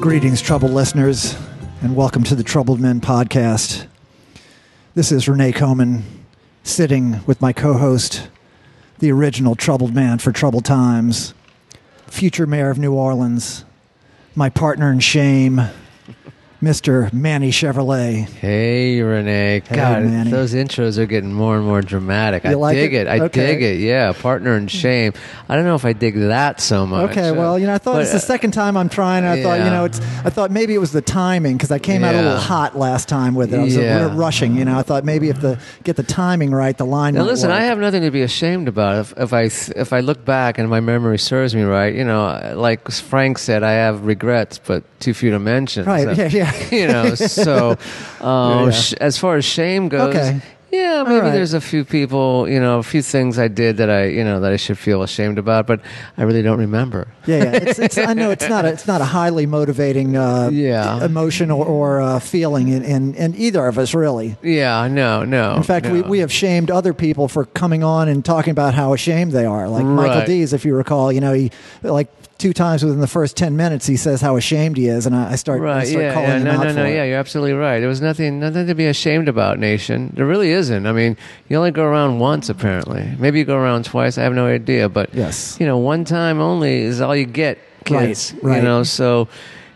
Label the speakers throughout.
Speaker 1: Greetings, troubled listeners, and welcome to the Troubled Men podcast. This is Renee Coman sitting with my co host, the original troubled man for troubled times, future mayor of New Orleans, my partner in shame, Mr. Manny Chevrolet.
Speaker 2: Hey Renee, God,
Speaker 1: Manny.
Speaker 2: those intros are getting more and more dramatic. I
Speaker 1: You like
Speaker 2: dig
Speaker 1: it?
Speaker 2: it. I
Speaker 1: Okay.
Speaker 2: dig it. Yeah, partner in shame. I don't know if I dig that so much.
Speaker 1: Okay, well, you know, I thought
Speaker 2: But,
Speaker 1: it's the
Speaker 2: uh,
Speaker 1: second time I'm trying. And I thought, you
Speaker 2: yeah.
Speaker 1: know, it's. I thought maybe it was the timing because I came out a little
Speaker 2: Yeah.
Speaker 1: hot last time with it. I was
Speaker 2: Yeah.
Speaker 1: uh, rushing, you know. I thought maybe if the get the timing right, the line.
Speaker 2: Now
Speaker 1: might
Speaker 2: listen,
Speaker 1: work.
Speaker 2: I have nothing to be ashamed about. If, if I if I look back and my memory serves me right, you know, like Frank said, I have regrets, but too few to mention.
Speaker 1: Right,
Speaker 2: So,
Speaker 1: yeah, yeah.
Speaker 2: You know, so um,
Speaker 1: Yeah.
Speaker 2: Sh- as far as shame goes,
Speaker 1: Okay.
Speaker 2: yeah, maybe
Speaker 1: right.
Speaker 2: there's a few people, you know, a few things I did that I, you know, that I should feel ashamed about, but I really don't remember.
Speaker 1: Yeah, yeah. It's, it's, I know it's not a, it's not a highly motivating uh,
Speaker 2: Yeah.
Speaker 1: emotion or, or uh, feeling in, in, in either of us really.
Speaker 2: Yeah, no, no.
Speaker 1: In fact, we, we have shamed other people for coming on and talking about how ashamed they are. Like Michael
Speaker 2: Right.
Speaker 1: Dees, if you recall, you know, he like two times within the first ten minutes he says how ashamed he is, and I, I start, I
Speaker 2: Right,
Speaker 1: start
Speaker 2: yeah,
Speaker 1: calling
Speaker 2: yeah,
Speaker 1: him
Speaker 2: no,
Speaker 1: out
Speaker 2: no,
Speaker 1: for
Speaker 2: no,
Speaker 1: it.
Speaker 2: yeah, you're absolutely right. There was nothing, nothing to be ashamed about, nation. There really isn't. I mean, you only go around once, apparently. Maybe you go around twice. I have no idea, but
Speaker 1: Yes.
Speaker 2: you know, one time only is all you get,
Speaker 1: Right,
Speaker 2: kids.
Speaker 1: right.
Speaker 2: You know, so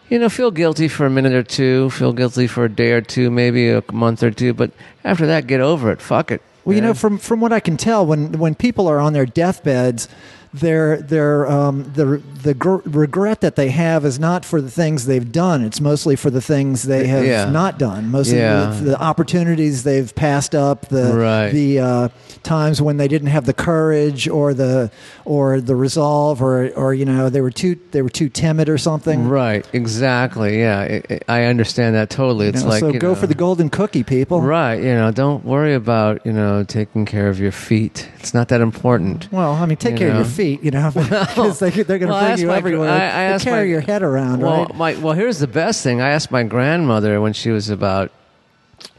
Speaker 2: you know, feel guilty for a minute or two, feel guilty for a day or two, maybe a month or two, but after that, get over it. Fuck it.
Speaker 1: Well, you know,
Speaker 2: man.
Speaker 1: from from what I can tell, when when people are on their deathbeds, their their um, the the gr- regret that they have is not for the things they've done. It's mostly for the things they have
Speaker 2: Uh, Yeah.
Speaker 1: not done. Mostly
Speaker 2: Yeah.
Speaker 1: the, the opportunities they've passed up, the
Speaker 2: Right.
Speaker 1: the uh, times when they didn't have the courage or the or the resolve or or you know they were too they were too timid or something.
Speaker 2: Right, exactly. Yeah, I I I understand that totally.
Speaker 1: You
Speaker 2: It's
Speaker 1: know,
Speaker 2: like
Speaker 1: so
Speaker 2: you
Speaker 1: go
Speaker 2: know,
Speaker 1: for the golden cookie, people.
Speaker 2: Right, you know, don't worry about, you know, taking care of your feet. It's not that important.
Speaker 1: Well, I mean, take
Speaker 2: You
Speaker 1: care
Speaker 2: know?
Speaker 1: of your feet, you know, because they, they're going to
Speaker 2: Well, I
Speaker 1: bring
Speaker 2: asked
Speaker 1: you
Speaker 2: my-
Speaker 1: everywhere.
Speaker 2: I- I
Speaker 1: They
Speaker 2: asked
Speaker 1: carry
Speaker 2: my-
Speaker 1: your head around,
Speaker 2: Well,
Speaker 1: right?
Speaker 2: my, well, here's the best thing. I asked my grandmother when she was about,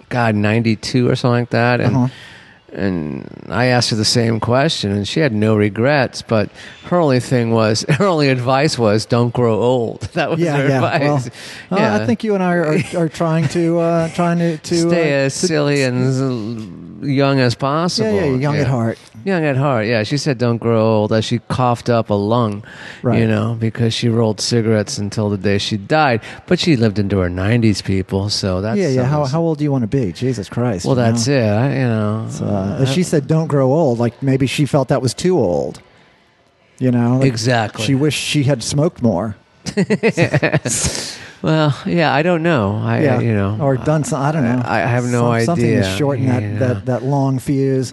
Speaker 2: God, 92 or something like that. And,
Speaker 1: Uh-huh.
Speaker 2: and I asked her the same question, and she had no regrets. But her only thing was, her only advice was, don't grow old. That was
Speaker 1: Yeah,
Speaker 2: her
Speaker 1: yeah.
Speaker 2: advice.
Speaker 1: Well, uh, I think you and I are, are trying to uh, trying to, to uh,
Speaker 2: Stay as
Speaker 1: to-
Speaker 2: silly and as young as
Speaker 1: yeah,
Speaker 2: possible.
Speaker 1: yeah, you're young at heart.
Speaker 2: Young at heart, yeah. She said, "Don't grow old." As she coughed up a lung,
Speaker 1: Right.
Speaker 2: you know, because she rolled cigarettes until the day she died. But she lived into her nineties, people. So that's
Speaker 1: yeah, yeah. How,
Speaker 2: something-
Speaker 1: how old do you want to be? Jesus Christ.
Speaker 2: well,
Speaker 1: you know?
Speaker 2: that's it. I, you know,
Speaker 1: Uh, if she said, "Don't grow old," like maybe she felt that was too old. You know, like
Speaker 2: exactly.
Speaker 1: She wished she had smoked more.
Speaker 2: well, yeah, I don't know. I,
Speaker 1: yeah,
Speaker 2: you know,
Speaker 1: or done some. I don't know.
Speaker 2: I- I have no
Speaker 1: Some- Something to
Speaker 2: idea,
Speaker 1: shorten
Speaker 2: you
Speaker 1: that,
Speaker 2: know.
Speaker 1: that that long fuse.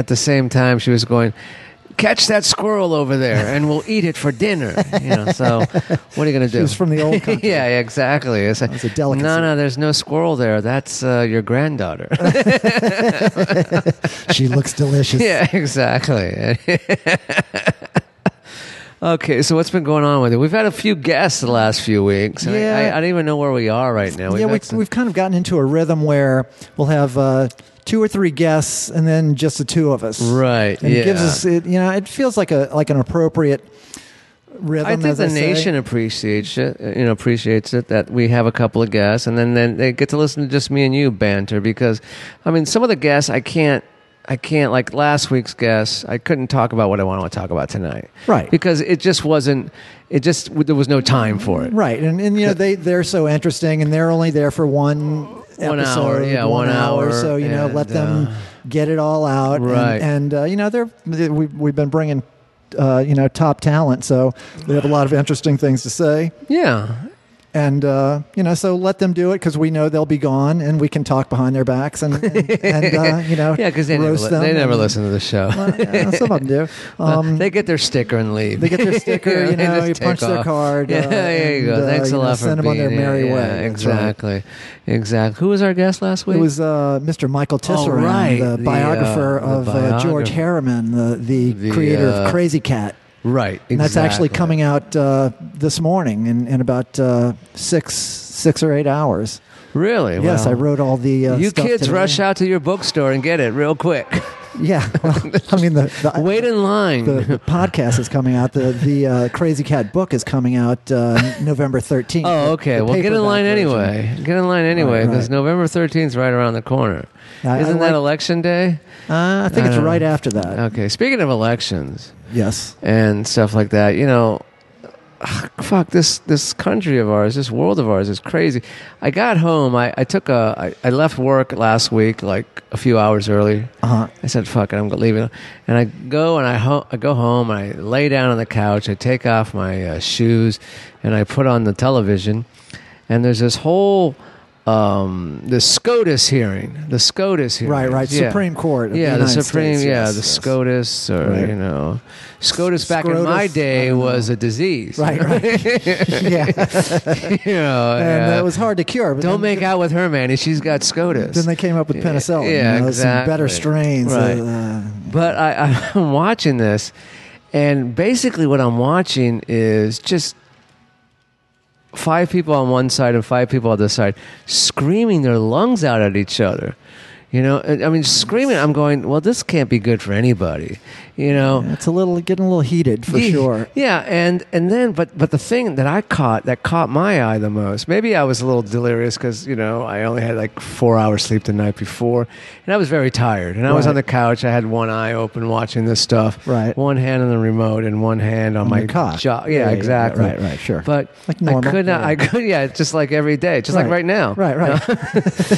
Speaker 2: at the same time, she was going. Catch that squirrel over there, and we'll eat it for dinner. You know, so what are you going to do?
Speaker 1: She was from the old country.
Speaker 2: yeah, yeah, exactly. It's a,
Speaker 1: was a delicacy.
Speaker 2: No, no, there's no squirrel there. That's uh, your granddaughter.
Speaker 1: She looks delicious.
Speaker 2: yeah, exactly. okay, so what's been going on with it? We've had a few guests the last few weeks. and I-
Speaker 1: Yeah.
Speaker 2: I, I, don't even know where we are right now.
Speaker 1: yeah,
Speaker 2: had
Speaker 1: we,
Speaker 2: some-
Speaker 1: we've kind of gotten into a rhythm where we'll have uh, two or three guests, and then just the two of us.
Speaker 2: Right,
Speaker 1: And it gives
Speaker 2: yeah.
Speaker 1: us, it, you know, it feels like a like an appropriate rhythm.
Speaker 2: I think
Speaker 1: as
Speaker 2: the
Speaker 1: say.
Speaker 2: nation appreciates it. uh, You know, appreciates it that we have a couple of guests, and then then they get to listen to just me and you banter. Because, I mean, some of the guests I can't, I can't like last week's guests. I couldn't talk about what I want to talk about tonight,
Speaker 1: Right.
Speaker 2: Because it just wasn't. It just there was no time for it.
Speaker 1: Right, and and you know they they're so interesting, and they're only there for one.
Speaker 2: One hour,
Speaker 1: episode,
Speaker 2: yeah,
Speaker 1: one,
Speaker 2: one
Speaker 1: hour.
Speaker 2: hour,
Speaker 1: So you know,
Speaker 2: and,
Speaker 1: let them
Speaker 2: uh,
Speaker 1: get it all out, and-
Speaker 2: Right.
Speaker 1: And, uh, you know, they're we we've been bringing, uh, you know, top talent, so they have a lot of interesting things to say.
Speaker 2: Yeah,
Speaker 1: and uh, you know, so let them do it because we know they'll be gone, and we can talk behind their backs and, and, and uh, you know,
Speaker 2: Yeah, because they, never,
Speaker 1: roast
Speaker 2: li-
Speaker 1: them
Speaker 2: they never
Speaker 1: and-
Speaker 2: listen to the show.
Speaker 1: Well, yeah, some of them do. Um,
Speaker 2: they get their sticker and leave.
Speaker 1: they get their sticker, you
Speaker 2: They
Speaker 1: know,
Speaker 2: just
Speaker 1: you punch
Speaker 2: take
Speaker 1: their
Speaker 2: off.
Speaker 1: card,
Speaker 2: Yeah,
Speaker 1: uh,
Speaker 2: there you go.
Speaker 1: and, uh,
Speaker 2: Thanks
Speaker 1: you
Speaker 2: a
Speaker 1: know,
Speaker 2: lot for
Speaker 1: send 'em on
Speaker 2: being
Speaker 1: their
Speaker 2: here.
Speaker 1: merry way.
Speaker 2: Yeah,
Speaker 1: That's right.
Speaker 2: Exactly, exactly. Who was our guest last week?
Speaker 1: It was uh, Mr. Michael
Speaker 2: Oh,
Speaker 1: Tisserand,
Speaker 2: right,
Speaker 1: the
Speaker 2: the, uh,
Speaker 1: biographer
Speaker 2: the
Speaker 1: of Uh, George
Speaker 2: biographer.
Speaker 1: Harriman, the, the,
Speaker 2: The,
Speaker 1: creator
Speaker 2: uh,
Speaker 1: of Crazy Cat.
Speaker 2: right. Exactly.
Speaker 1: And that's actually coming out uh, this morning in, in about uh, six six or eight hours.
Speaker 2: Really?
Speaker 1: Yes,
Speaker 2: Well,
Speaker 1: I wrote all the. Uh,
Speaker 2: you
Speaker 1: stuff
Speaker 2: kids
Speaker 1: today.
Speaker 2: rush out to your bookstore and get it real quick.
Speaker 1: Yeah, well, I mean the, the
Speaker 2: Wait in line.
Speaker 1: the, the podcast is coming out. The the uh, Crazy Cat book is coming out uh, November thirteenth.
Speaker 2: Oh, okay. well, get in line anyway. Get in line anyway
Speaker 1: Right, right.
Speaker 2: because November 13th is right around the corner.
Speaker 1: I- I
Speaker 2: Isn't
Speaker 1: like-
Speaker 2: that uh, election day?
Speaker 1: Uh, I think
Speaker 2: I
Speaker 1: it's
Speaker 2: don't know.
Speaker 1: right after that.
Speaker 2: Okay. Speaking of elections
Speaker 1: yes.
Speaker 2: and stuff like that, you know, fuck this this country of ours, this world of ours is crazy. I got home. I, I took a I, I left work last week like a few hours early.
Speaker 1: Uh huh.
Speaker 2: I said, "Fuck it, I'm leaving." And I go and I, ho- I go home and I lay down on the couch. I take off my uh, shoes and I put on the television. And there's this whole um, the SCOTUS hearing, the SCOTUS hearing,
Speaker 1: Right, right.
Speaker 2: Yeah.
Speaker 1: Supreme Court. Of
Speaker 2: Yeah, the,
Speaker 1: United
Speaker 2: Supreme.
Speaker 1: States.
Speaker 2: yeah,
Speaker 1: Yes,
Speaker 2: the
Speaker 1: yes.
Speaker 2: SCOTUS, or
Speaker 1: Right.
Speaker 2: you know, SCOTUS. Back in my
Speaker 1: Scrotus, I
Speaker 2: day
Speaker 1: don't know.
Speaker 2: was a disease.
Speaker 1: Right, right. yeah,
Speaker 2: you know,
Speaker 1: and
Speaker 2: yeah.
Speaker 1: that was hard to cure. But
Speaker 2: Don't
Speaker 1: then,
Speaker 2: make out with her, Manny. She's got SCOTUS.
Speaker 1: Then they came up with
Speaker 2: Yeah,
Speaker 1: penicillin.
Speaker 2: yeah,
Speaker 1: you know, Some better
Speaker 2: exactly.
Speaker 1: strains.
Speaker 2: Right.
Speaker 1: Uh,
Speaker 2: But I, I'm watching this, and basically what I'm watching is just five people on one side and five people on the other side screaming their lungs out at each other. You know, I I mean, screaming. I'm going. Well, this can't be good for anybody. You know,
Speaker 1: it's a little getting a little heated for
Speaker 2: yeah,
Speaker 1: sure.
Speaker 2: Yeah, and and then but but the thing that I caught that caught my eye the most. Maybe I was a little delirious because you know I only had like four hours sleep the night before, and I was very tired. And I was
Speaker 1: Right.
Speaker 2: on the couch. I had one eye open watching this stuff.
Speaker 1: Right.
Speaker 2: One hand on the remote and one hand on,
Speaker 1: On
Speaker 2: my
Speaker 1: your cock.
Speaker 2: jo-
Speaker 1: Yeah, yeah,
Speaker 2: Yeah, exactly.
Speaker 1: right, right, sure.
Speaker 2: But
Speaker 1: Like
Speaker 2: I
Speaker 1: normal,
Speaker 2: could not.
Speaker 1: yeah.
Speaker 2: I could. Yeah, just like every day, just like right now.
Speaker 1: Right, right.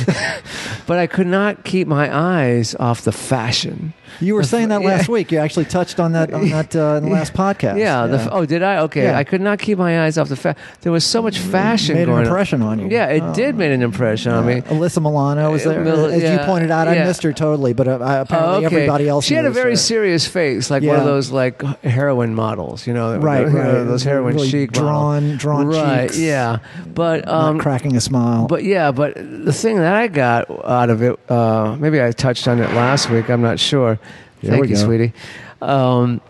Speaker 2: But I could not keep my eyes off the fashion.
Speaker 1: You were saying that
Speaker 2: Yeah.
Speaker 1: last week. You actually touched on that on that uh, in the last podcast.
Speaker 2: Yeah. The, f- oh, did I? Okay.
Speaker 1: Yeah. Mm,
Speaker 2: I could not keep my eyes off the fact there was so much fashion
Speaker 1: made an
Speaker 2: going
Speaker 1: impression on you.
Speaker 2: Yeah, it
Speaker 1: Oh.
Speaker 2: did make an impression on me.
Speaker 1: Alyssa Milano was
Speaker 2: Uh,
Speaker 1: there.
Speaker 2: Mil-
Speaker 1: As you
Speaker 2: yeah,
Speaker 1: pointed out, I
Speaker 2: yeah.
Speaker 1: missed her totally, but uh, I,
Speaker 2: Oh,
Speaker 1: apparently everybody else.
Speaker 2: She had a
Speaker 1: noticed
Speaker 2: very
Speaker 1: her.
Speaker 2: serious face, like one of
Speaker 1: Yeah.
Speaker 2: those like heroin models, you know, that-
Speaker 1: Right,
Speaker 2: you know,
Speaker 1: right.
Speaker 2: those heroin
Speaker 1: Really
Speaker 2: chic
Speaker 1: drawn-
Speaker 2: model.
Speaker 1: drawn
Speaker 2: right,
Speaker 1: cheeks.
Speaker 2: yeah. But
Speaker 1: Not
Speaker 2: um,
Speaker 1: cracking a smile.
Speaker 2: But yeah, but the thing that I got out of it, uh, maybe I touched on it last week. I'm not sure.
Speaker 1: Here
Speaker 2: Thank
Speaker 1: we
Speaker 2: you,
Speaker 1: go.
Speaker 2: sweetie. Um,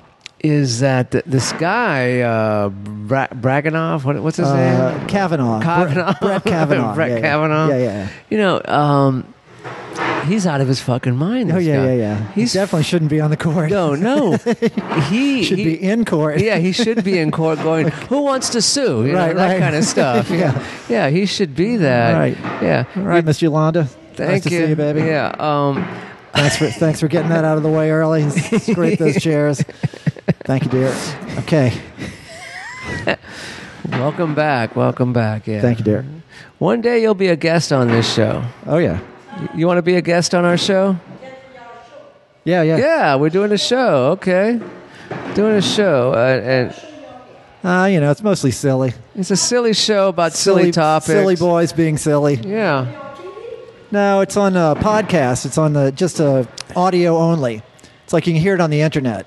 Speaker 2: is that th- this guy uh, Bra- Braganov? What, what's his
Speaker 1: uh,
Speaker 2: name?
Speaker 1: Kavanaugh,
Speaker 2: Kavanaugh.
Speaker 1: Brett, Brett Kavanaugh,
Speaker 2: Brett
Speaker 1: yeah, yeah.
Speaker 2: Kavanaugh.
Speaker 1: Yeah, yeah.
Speaker 2: You know, um, he's out of his fucking mind.
Speaker 1: Oh
Speaker 2: this
Speaker 1: yeah,
Speaker 2: guy.
Speaker 1: yeah, yeah. He
Speaker 2: He's
Speaker 1: definitely shouldn't be on the court.
Speaker 2: no, no. he
Speaker 1: should
Speaker 2: he-
Speaker 1: be in court.
Speaker 2: yeah, he should be in court going, who wants to sue? You know,
Speaker 1: Right,
Speaker 2: that
Speaker 1: right.
Speaker 2: kind of stuff.
Speaker 1: Yeah.
Speaker 2: yeah, he should be that.
Speaker 1: Right.
Speaker 2: Yeah.
Speaker 1: All right, Miss Yolanda. nice
Speaker 2: Thank
Speaker 1: to
Speaker 2: you.
Speaker 1: see you, baby.
Speaker 2: Yeah. Um,
Speaker 1: Thanks for thanks for getting that out of the way early. Scrape those chairs. Thank you, dear. Okay.
Speaker 2: welcome back. Welcome back. Yeah.
Speaker 1: Thank you, dear.
Speaker 2: One day you'll be a guest on this show.
Speaker 1: Oh yeah.
Speaker 2: Y- You want to be a guest on our show?
Speaker 1: Yeah, yeah.
Speaker 2: Yeah, we're doing a show. Okay. Doing a show. Uh, and
Speaker 1: Uh, you know, it's mostly silly.
Speaker 2: it's a silly show about silly, topics.
Speaker 1: Silly boys being silly.
Speaker 2: Yeah.
Speaker 1: No, it's on a podcast. It's on the just uh, audio only. It's like you can hear it on the internet.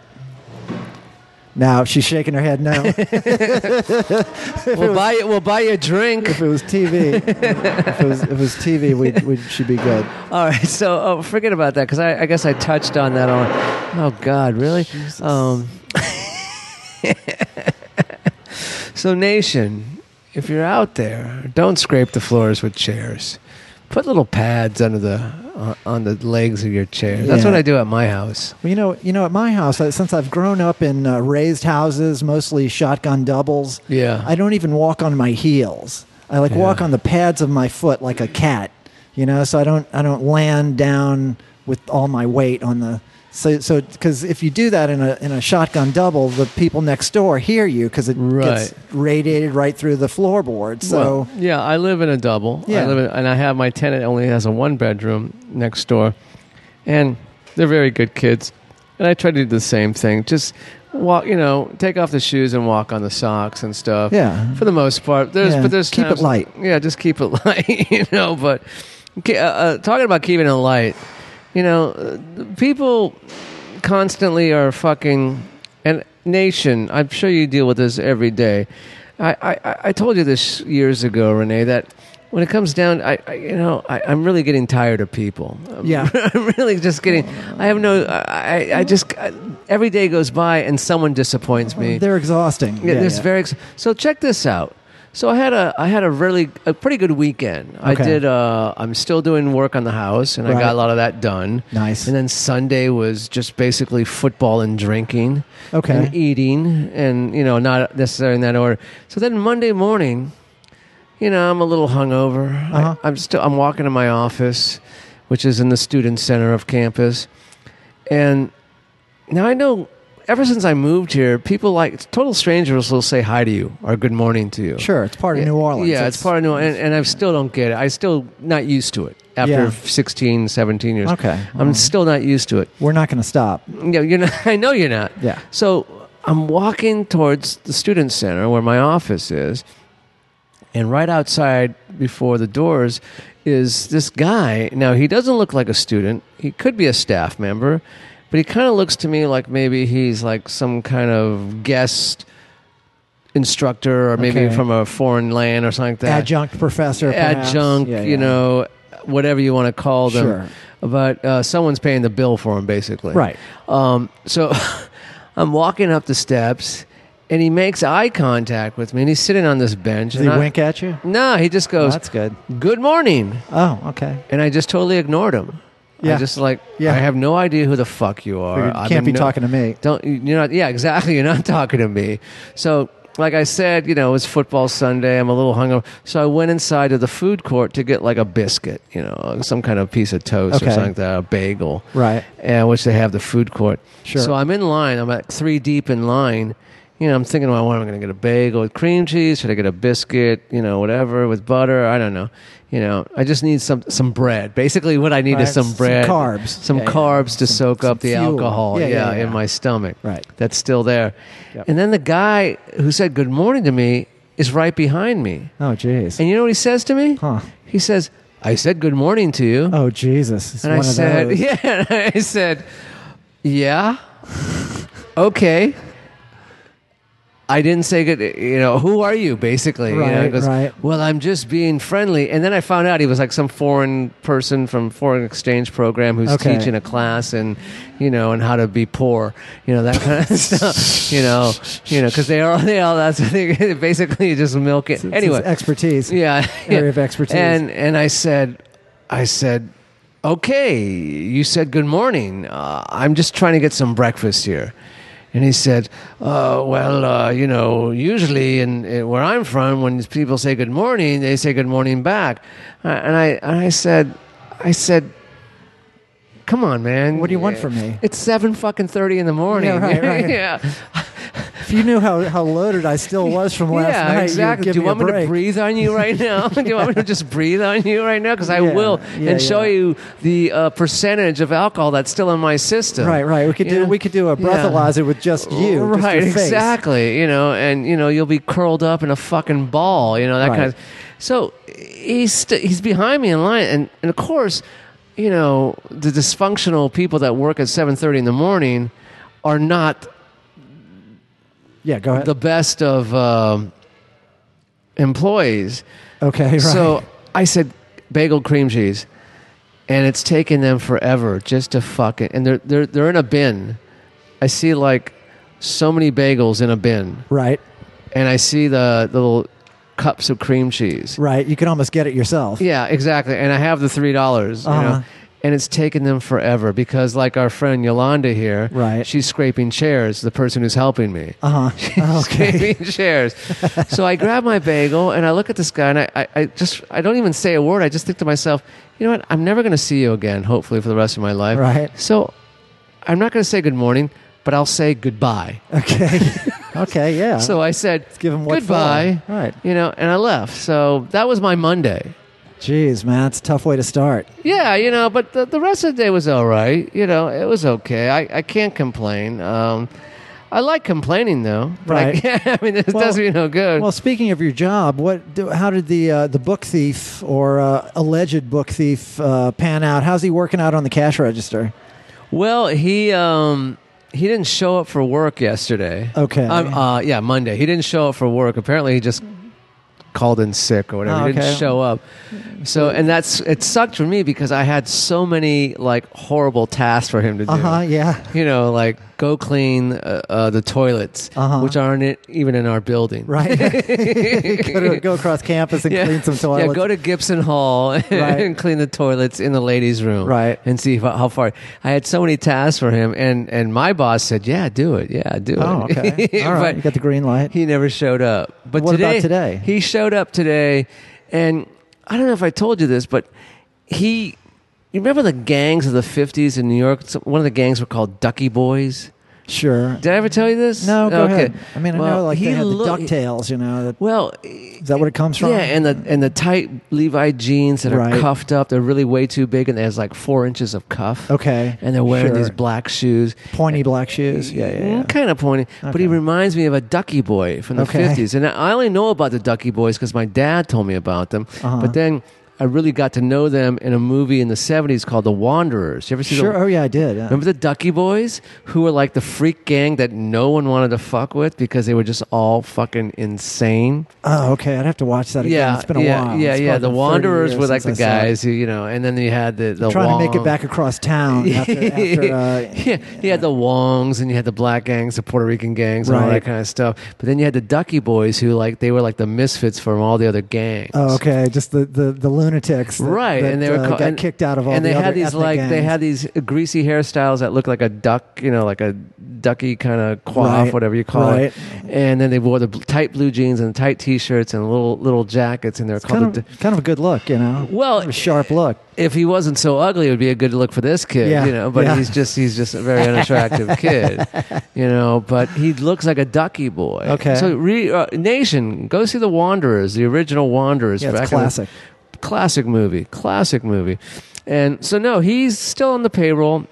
Speaker 1: Now she's shaking her head. No, if
Speaker 2: We'll buy you, we'll buy you a drink.
Speaker 1: it was TV, if it was, if it was TV, we'd, we'd she'd be good.
Speaker 2: All right, so oh, forget about that because I, I guess I touched on that. On oh God, really? Um, so nation, if you're out there, don't scrape the floors with chairs. Put little pads under the uh, on the legs of your chair. That's
Speaker 1: Yeah.
Speaker 2: what I do at my house.
Speaker 1: Well, you know, you know, at my house, I- since I've grown up in uh, raised houses, mostly shotgun doubles,
Speaker 2: Yeah.
Speaker 1: I don't even walk on my heels. I like walk
Speaker 2: Yeah.
Speaker 1: on the pads of my foot like a cat, you know. So I don't I don't land down with all my weight on the so so because if you do that in a in a shotgun double, the people next door hear you because it
Speaker 2: Right.
Speaker 1: gets radiated right through the floorboard. So
Speaker 2: Well, yeah, I live in a double. I
Speaker 1: Yeah.
Speaker 2: live in, and I have my tenant only has a one bedroom next door, and they're very good kids. And I try to do the same thing. Just walk, you know, take off the shoes and walk on the socks and stuff.
Speaker 1: yeah,
Speaker 2: For the most part, there's
Speaker 1: Yeah,
Speaker 2: but there's
Speaker 1: keep it
Speaker 2: times-
Speaker 1: light.
Speaker 2: Yeah, just keep it light, you know. But uh, uh, talking about keeping it light, you know, uh, people constantly are fucking and nation. I'm sure you deal with this every day. I I- I, I told you this years ago, Renee, that. When it comes down, I, I you know I, I'm really getting tired of people. I'm-
Speaker 1: Yeah.
Speaker 2: I'm really just getting. I have no. I, I- I just I, every day goes by and someone disappoints me.
Speaker 1: they're exhausting.
Speaker 2: Yeah,
Speaker 1: yeah,
Speaker 2: there's
Speaker 1: yeah.
Speaker 2: very. ex- So check this out. So I had a I had a really a pretty good weekend. I
Speaker 1: Okay.
Speaker 2: did. Uh, I'm still doing work on the house, and I
Speaker 1: Right.
Speaker 2: got a lot of that done.
Speaker 1: Nice.
Speaker 2: And then Sunday was just basically football and drinking,
Speaker 1: Okay.
Speaker 2: and e eating, and you know not necessarily in that order. So then Monday morning, you know, I'm a little hungover.
Speaker 1: Uh-huh.
Speaker 2: I, I'm still I'm walking to my office, which is in the student center of campus, and now I know. Ever since I moved here, people like total strangers will say hi to you or good morning to you.
Speaker 1: Sure, it's part of
Speaker 2: Yeah,
Speaker 1: New Orleans.
Speaker 2: Yeah, it's, part of New Orleans. And, and I still don't get it. I still not used to it after
Speaker 1: Yeah.
Speaker 2: 16, 17 years.
Speaker 1: Okay.
Speaker 2: I'm still not used to it.
Speaker 1: We're not going to stop.
Speaker 2: No, you're not. I know you're not.
Speaker 1: Yeah.
Speaker 2: So I'm walking towards the student center where my office is, and right outside before the doors is this guy. Now he doesn't look like a student. He could be a staff member, but he kind of looks to me like maybe he's like some kind of guest instructor or maybe
Speaker 1: Okay.
Speaker 2: from a foreign land or something like that
Speaker 1: Adjunct professor. perhaps.
Speaker 2: adjunct,
Speaker 1: Yeah, yeah.
Speaker 2: you know, whatever you want to call them.
Speaker 1: Sure.
Speaker 2: But uh, someone's paying the bill for him, basically.
Speaker 1: Right.
Speaker 2: Um, so I'm walking up the steps, and he makes eye contact with me, and he's sitting on this bench.
Speaker 1: Does
Speaker 2: and
Speaker 1: he
Speaker 2: I-
Speaker 1: wink at you?
Speaker 2: No, he just
Speaker 1: Oh,
Speaker 2: goes,
Speaker 1: that's good.
Speaker 2: "Good morning,"
Speaker 1: Oh, okay.
Speaker 2: and I just totally ignored him.
Speaker 1: Yeah.
Speaker 2: I just like,
Speaker 1: Yeah.
Speaker 2: I have no idea who the fuck you are.
Speaker 1: Figured,
Speaker 2: I've
Speaker 1: can't be
Speaker 2: been no-
Speaker 1: talking to me.
Speaker 2: don't you're not yeah exactly you're not talking to me so like i said you know it was football sunday i'm a little hungover so i went inside to the food court to get like a biscuit you know some kind of piece of toast
Speaker 1: Okay.
Speaker 2: or something like that a bagel
Speaker 1: Right.
Speaker 2: and which they have the food court
Speaker 1: Sure.
Speaker 2: so i'm in line i'm at three deep in line you know i'm thinking well, what am i going to get a bagel with cream cheese should i get a biscuit you know whatever with butter i don't know you know i just need some some bread basically what i need
Speaker 1: Right,
Speaker 2: is some
Speaker 1: some
Speaker 2: bread
Speaker 1: carbs.
Speaker 2: some
Speaker 1: Yeah, yeah.
Speaker 2: carbs to soak
Speaker 1: some
Speaker 2: up the
Speaker 1: fuel.
Speaker 2: alcohol
Speaker 1: Yeah,
Speaker 2: yeah,
Speaker 1: yeah, yeah.
Speaker 2: in my stomach
Speaker 1: Right.
Speaker 2: that's still there.
Speaker 1: Yep.
Speaker 2: And then the guy who said good morning to me is right behind me.
Speaker 1: Oh, jeez.
Speaker 2: And you know what he says to me?
Speaker 1: Huh.
Speaker 2: He says, I said good morning to you.
Speaker 1: Oh, Jesus. It's
Speaker 2: and
Speaker 1: one
Speaker 2: I
Speaker 1: of
Speaker 2: said,
Speaker 1: those.
Speaker 2: Yeah. And I said, Yeah. okay. I didn't say good, you know, who are you, basically? you know,
Speaker 1: Right,
Speaker 2: he goes,
Speaker 1: right.
Speaker 2: Well, I'm just being friendly. And then I found out he was like some foreign person from foreign exchange program who's
Speaker 1: Okay.
Speaker 2: teaching a class and, you know, and how to be poor, you know, that kind of stuff, you know, you know, because they are, they all, that's what they basically just milk it.
Speaker 1: It's his
Speaker 2: anyway,
Speaker 1: expertise.
Speaker 2: yeah,
Speaker 1: Area of expertise.
Speaker 2: And and I said, I said, okay, you said good morning. Uh, I'm just trying to get some breakfast here. And he said, uh, well, uh, you know, usually in, in where I'm from, when people say good morning, they say good morning back. Uh, and I and I said, I said. Come on, man!
Speaker 1: What do you want from me?"
Speaker 2: It's seven fucking thirty in the morning.
Speaker 1: right, right.
Speaker 2: yeah.
Speaker 1: If you knew how, how loaded I still was from last
Speaker 2: yeah,
Speaker 1: night, you'd
Speaker 2: exactly.
Speaker 1: give
Speaker 2: Do you
Speaker 1: me
Speaker 2: want
Speaker 1: a
Speaker 2: me to
Speaker 1: break.
Speaker 2: breathe on you right now? Do you want me to just breathe on you right now? Because I
Speaker 1: Yeah,
Speaker 2: will,
Speaker 1: yeah,
Speaker 2: and show
Speaker 1: yeah.
Speaker 2: you the uh, percentage of alcohol that's still in my system.
Speaker 1: Right, right. We could do
Speaker 2: Yeah.
Speaker 1: we could do a
Speaker 2: Yeah.
Speaker 1: breathalyzer with just you, just
Speaker 2: right?
Speaker 1: your face.
Speaker 2: Exactly. You know, and you know, you'll be curled up in a fucking ball. You know that
Speaker 1: Right.
Speaker 2: kind of. So he's st- he's behind me in line, and, and of course, you know the dysfunctional people that work at seven thirty in the morning are not
Speaker 1: Yeah, go ahead.
Speaker 2: the best of um, employees.
Speaker 1: okay, right.
Speaker 2: So I said bagel cream cheese, and it's taken them forever just to fuck it. And they're they're they're in a bin. I see like so many bagels in a bin,
Speaker 1: right,
Speaker 2: and I see the, the little cups of cream cheese.
Speaker 1: right. You can almost get it yourself.
Speaker 2: Yeah, exactly. And I have the three dollars. You
Speaker 1: Uh-huh.
Speaker 2: know? And it's taken them forever because, like our friend Yolanda here,
Speaker 1: Right.
Speaker 2: she's scraping chairs. The person who's helping me,
Speaker 1: Uh huh. Okay.
Speaker 2: scraping chairs. so I grab my bagel and I look at this guy and I, I, I just I don't even say a word. I just think to myself, you know what? I'm never going to see you again. Hopefully for the rest of my life.
Speaker 1: Right.
Speaker 2: So I'm not going to say good morning, but I'll say goodbye.
Speaker 1: Uh-huh. Okay. okay. Yeah.
Speaker 2: So I said
Speaker 1: give him what for.
Speaker 2: goodbye.
Speaker 1: Right.
Speaker 2: You know, and I left. So that was my Monday.
Speaker 1: Jeez, man, it's a tough way to start.
Speaker 2: Yeah, you know, but the, the rest of the day was all right. You know, it was okay. I, I can't complain. Um, I like complaining though. But
Speaker 1: Right.
Speaker 2: I, can't, I mean, it
Speaker 1: Well-
Speaker 2: does me no good.
Speaker 1: Well, speaking of your job, what, do, how did the uh, the book thief or uh, alleged book thief uh, pan out? How's he working out on the cash register?
Speaker 2: Well, he um he didn't show up for work yesterday.
Speaker 1: Okay.
Speaker 2: Um, uh, yeah, Monday. He didn't show up for work. Apparently, he just called in sick or whatever.
Speaker 1: Oh,
Speaker 2: He didn't
Speaker 1: okay.
Speaker 2: show up. So, and that's it sucked for me because I had so many like horrible tasks for him to do.
Speaker 1: Uh huh. Yeah.
Speaker 2: You know, like go clean uh, uh, the toilets,
Speaker 1: Uh-huh.
Speaker 2: which aren't i- even in our building.
Speaker 1: Right. go, to, go across campus and clean some toilets.
Speaker 2: Yeah, go to Gibson Hall and,
Speaker 1: Right.
Speaker 2: clean the toilets in the ladies' room.
Speaker 1: Right.
Speaker 2: And see how, how far. I had so many tasks for him, and, and my boss said, Yeah, do it. Yeah, do
Speaker 1: oh,
Speaker 2: it.
Speaker 1: okay. All right.
Speaker 2: But
Speaker 1: you got the green light.
Speaker 2: he never showed up. But
Speaker 1: What
Speaker 2: today,
Speaker 1: about today?
Speaker 2: He showed up today, and I don't know if I told you this, but he. You remember the gangs of the 50s in New York? Some- One of the gangs were called Ducky Boys.
Speaker 1: Sure.
Speaker 2: Did I ever tell you this?
Speaker 1: No, go
Speaker 2: Okay.
Speaker 1: ahead. I mean, I
Speaker 2: Well,
Speaker 1: know like
Speaker 2: he
Speaker 1: they had the
Speaker 2: look-
Speaker 1: ducktails, you know. That,
Speaker 2: Well,
Speaker 1: is that what it comes from?
Speaker 2: yeah, and the and the tight Levi jeans that are
Speaker 1: Right.
Speaker 2: cuffed up, they're really way too big, and there's like four inches of cuff.
Speaker 1: okay.
Speaker 2: And they're wearing
Speaker 1: Sure.
Speaker 2: these black shoes.
Speaker 1: pointy black shoes. Yeah, yeah, yeah.
Speaker 2: Kind of pointy. But
Speaker 1: Okay.
Speaker 2: he reminds me of a Ducky Boy from the
Speaker 1: Okay.
Speaker 2: 50s. And I only know about the Ducky Boys because my dad told me about them.
Speaker 1: Uh-huh.
Speaker 2: But then I really got to know them in a movie in the 70s called The Wanderers. You ever see
Speaker 1: Sure.
Speaker 2: the
Speaker 1: Oh yeah, I did. Yeah.
Speaker 2: Remember the Ducky Boys, who were like the freak gang that no one wanted to fuck with because they were just all fucking insane.
Speaker 1: Oh, okay. I'd have to watch that again.
Speaker 2: Yeah,
Speaker 1: it's been a
Speaker 2: yeah,
Speaker 1: while.
Speaker 2: Yeah,
Speaker 1: It's
Speaker 2: yeah.
Speaker 1: probably
Speaker 2: The
Speaker 1: been 30
Speaker 2: Wanderers
Speaker 1: years
Speaker 2: were like the
Speaker 1: since I saw it.
Speaker 2: guys who, you know, and then you had the the
Speaker 1: trying to make it
Speaker 2: Wong-
Speaker 1: back across town after, after uh,
Speaker 2: yeah, you had the Wongs and you had the black gangs, the Puerto Rican gangs, and all
Speaker 1: Right.
Speaker 2: that kind of stuff. But then you had the Ducky Boys, who like they were like the misfits from all the other gangs.
Speaker 1: Oh, okay. Just the, the, the lunatics, that,
Speaker 2: right,
Speaker 1: that,
Speaker 2: and they were
Speaker 1: uh,
Speaker 2: ca-
Speaker 1: got
Speaker 2: and-
Speaker 1: kicked out of all
Speaker 2: And
Speaker 1: the
Speaker 2: they
Speaker 1: other
Speaker 2: had these
Speaker 1: ethnic
Speaker 2: like they
Speaker 1: gangs.
Speaker 2: had these greasy hairstyles that looked like a duck, you know, like a ducky kind of coif,
Speaker 1: Right,
Speaker 2: whatever you call
Speaker 1: right.
Speaker 2: it. And then they wore the bl- tight blue jeans and tight t-shirts and little little jackets, and they were called
Speaker 1: kind
Speaker 2: the.
Speaker 1: of kind of a good look, you know.
Speaker 2: Well,
Speaker 1: a sharp look.
Speaker 2: if he wasn't so ugly, it would be a good look for this kid,
Speaker 1: Yeah,
Speaker 2: you know. But
Speaker 1: yeah.
Speaker 2: he's just he's just a very unattractive kid, you know. But he looks like a ducky boy.
Speaker 1: Okay.
Speaker 2: So re, uh, Nation, go see the Wanderers, the original Wanderers.
Speaker 1: Yeah, it's
Speaker 2: back in the-
Speaker 1: classic.
Speaker 2: classic movie, classic movie. And so no, he's still on the payroll,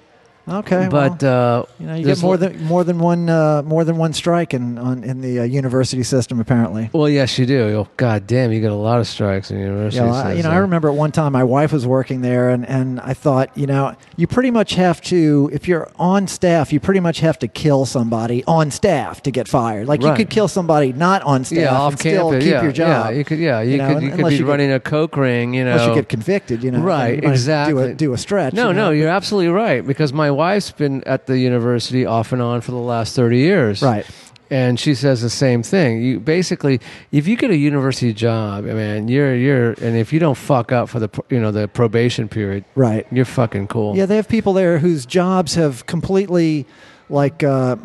Speaker 1: Okay,
Speaker 2: but
Speaker 1: well,
Speaker 2: uh,
Speaker 1: you know, you
Speaker 2: there's
Speaker 1: get more
Speaker 2: l-
Speaker 1: than more than one uh, more than one strike in on in the uh, university system apparently.
Speaker 2: Well, yes, you do. Oh, God damn, you get a lot of strikes in university.
Speaker 1: Yeah, well, I, you
Speaker 2: uh,
Speaker 1: know, I remember at one time my wife was working there, and, and I thought, you know, you pretty much have to, if you're on staff, you pretty much have to kill somebody on staff to get fired. Like you
Speaker 2: Right.
Speaker 1: could kill somebody not on staff
Speaker 2: Yeah, off
Speaker 1: and still
Speaker 2: campus.
Speaker 1: keep
Speaker 2: yeah,
Speaker 1: your job.
Speaker 2: Yeah, you could. Yeah, you,
Speaker 1: you know,
Speaker 2: could. You could
Speaker 1: unless
Speaker 2: be
Speaker 1: you get-
Speaker 2: running a coke ring. You know,
Speaker 1: Unless you get convicted, you know.
Speaker 2: Right,
Speaker 1: you might do a- Do
Speaker 2: exactly.
Speaker 1: a, stretch.
Speaker 2: No,
Speaker 1: you know?
Speaker 2: no, you're absolutely right because my wife's been at the university off and on for the last 30 years.
Speaker 1: Right.
Speaker 2: And she says the same thing. You basically, if you get a university job, man, you're you're, and if you don't fuck up for the pr- you know the probation period,
Speaker 1: Right.
Speaker 2: you're fucking cool.
Speaker 1: Yeah, they have people there whose jobs have completely, like, uh,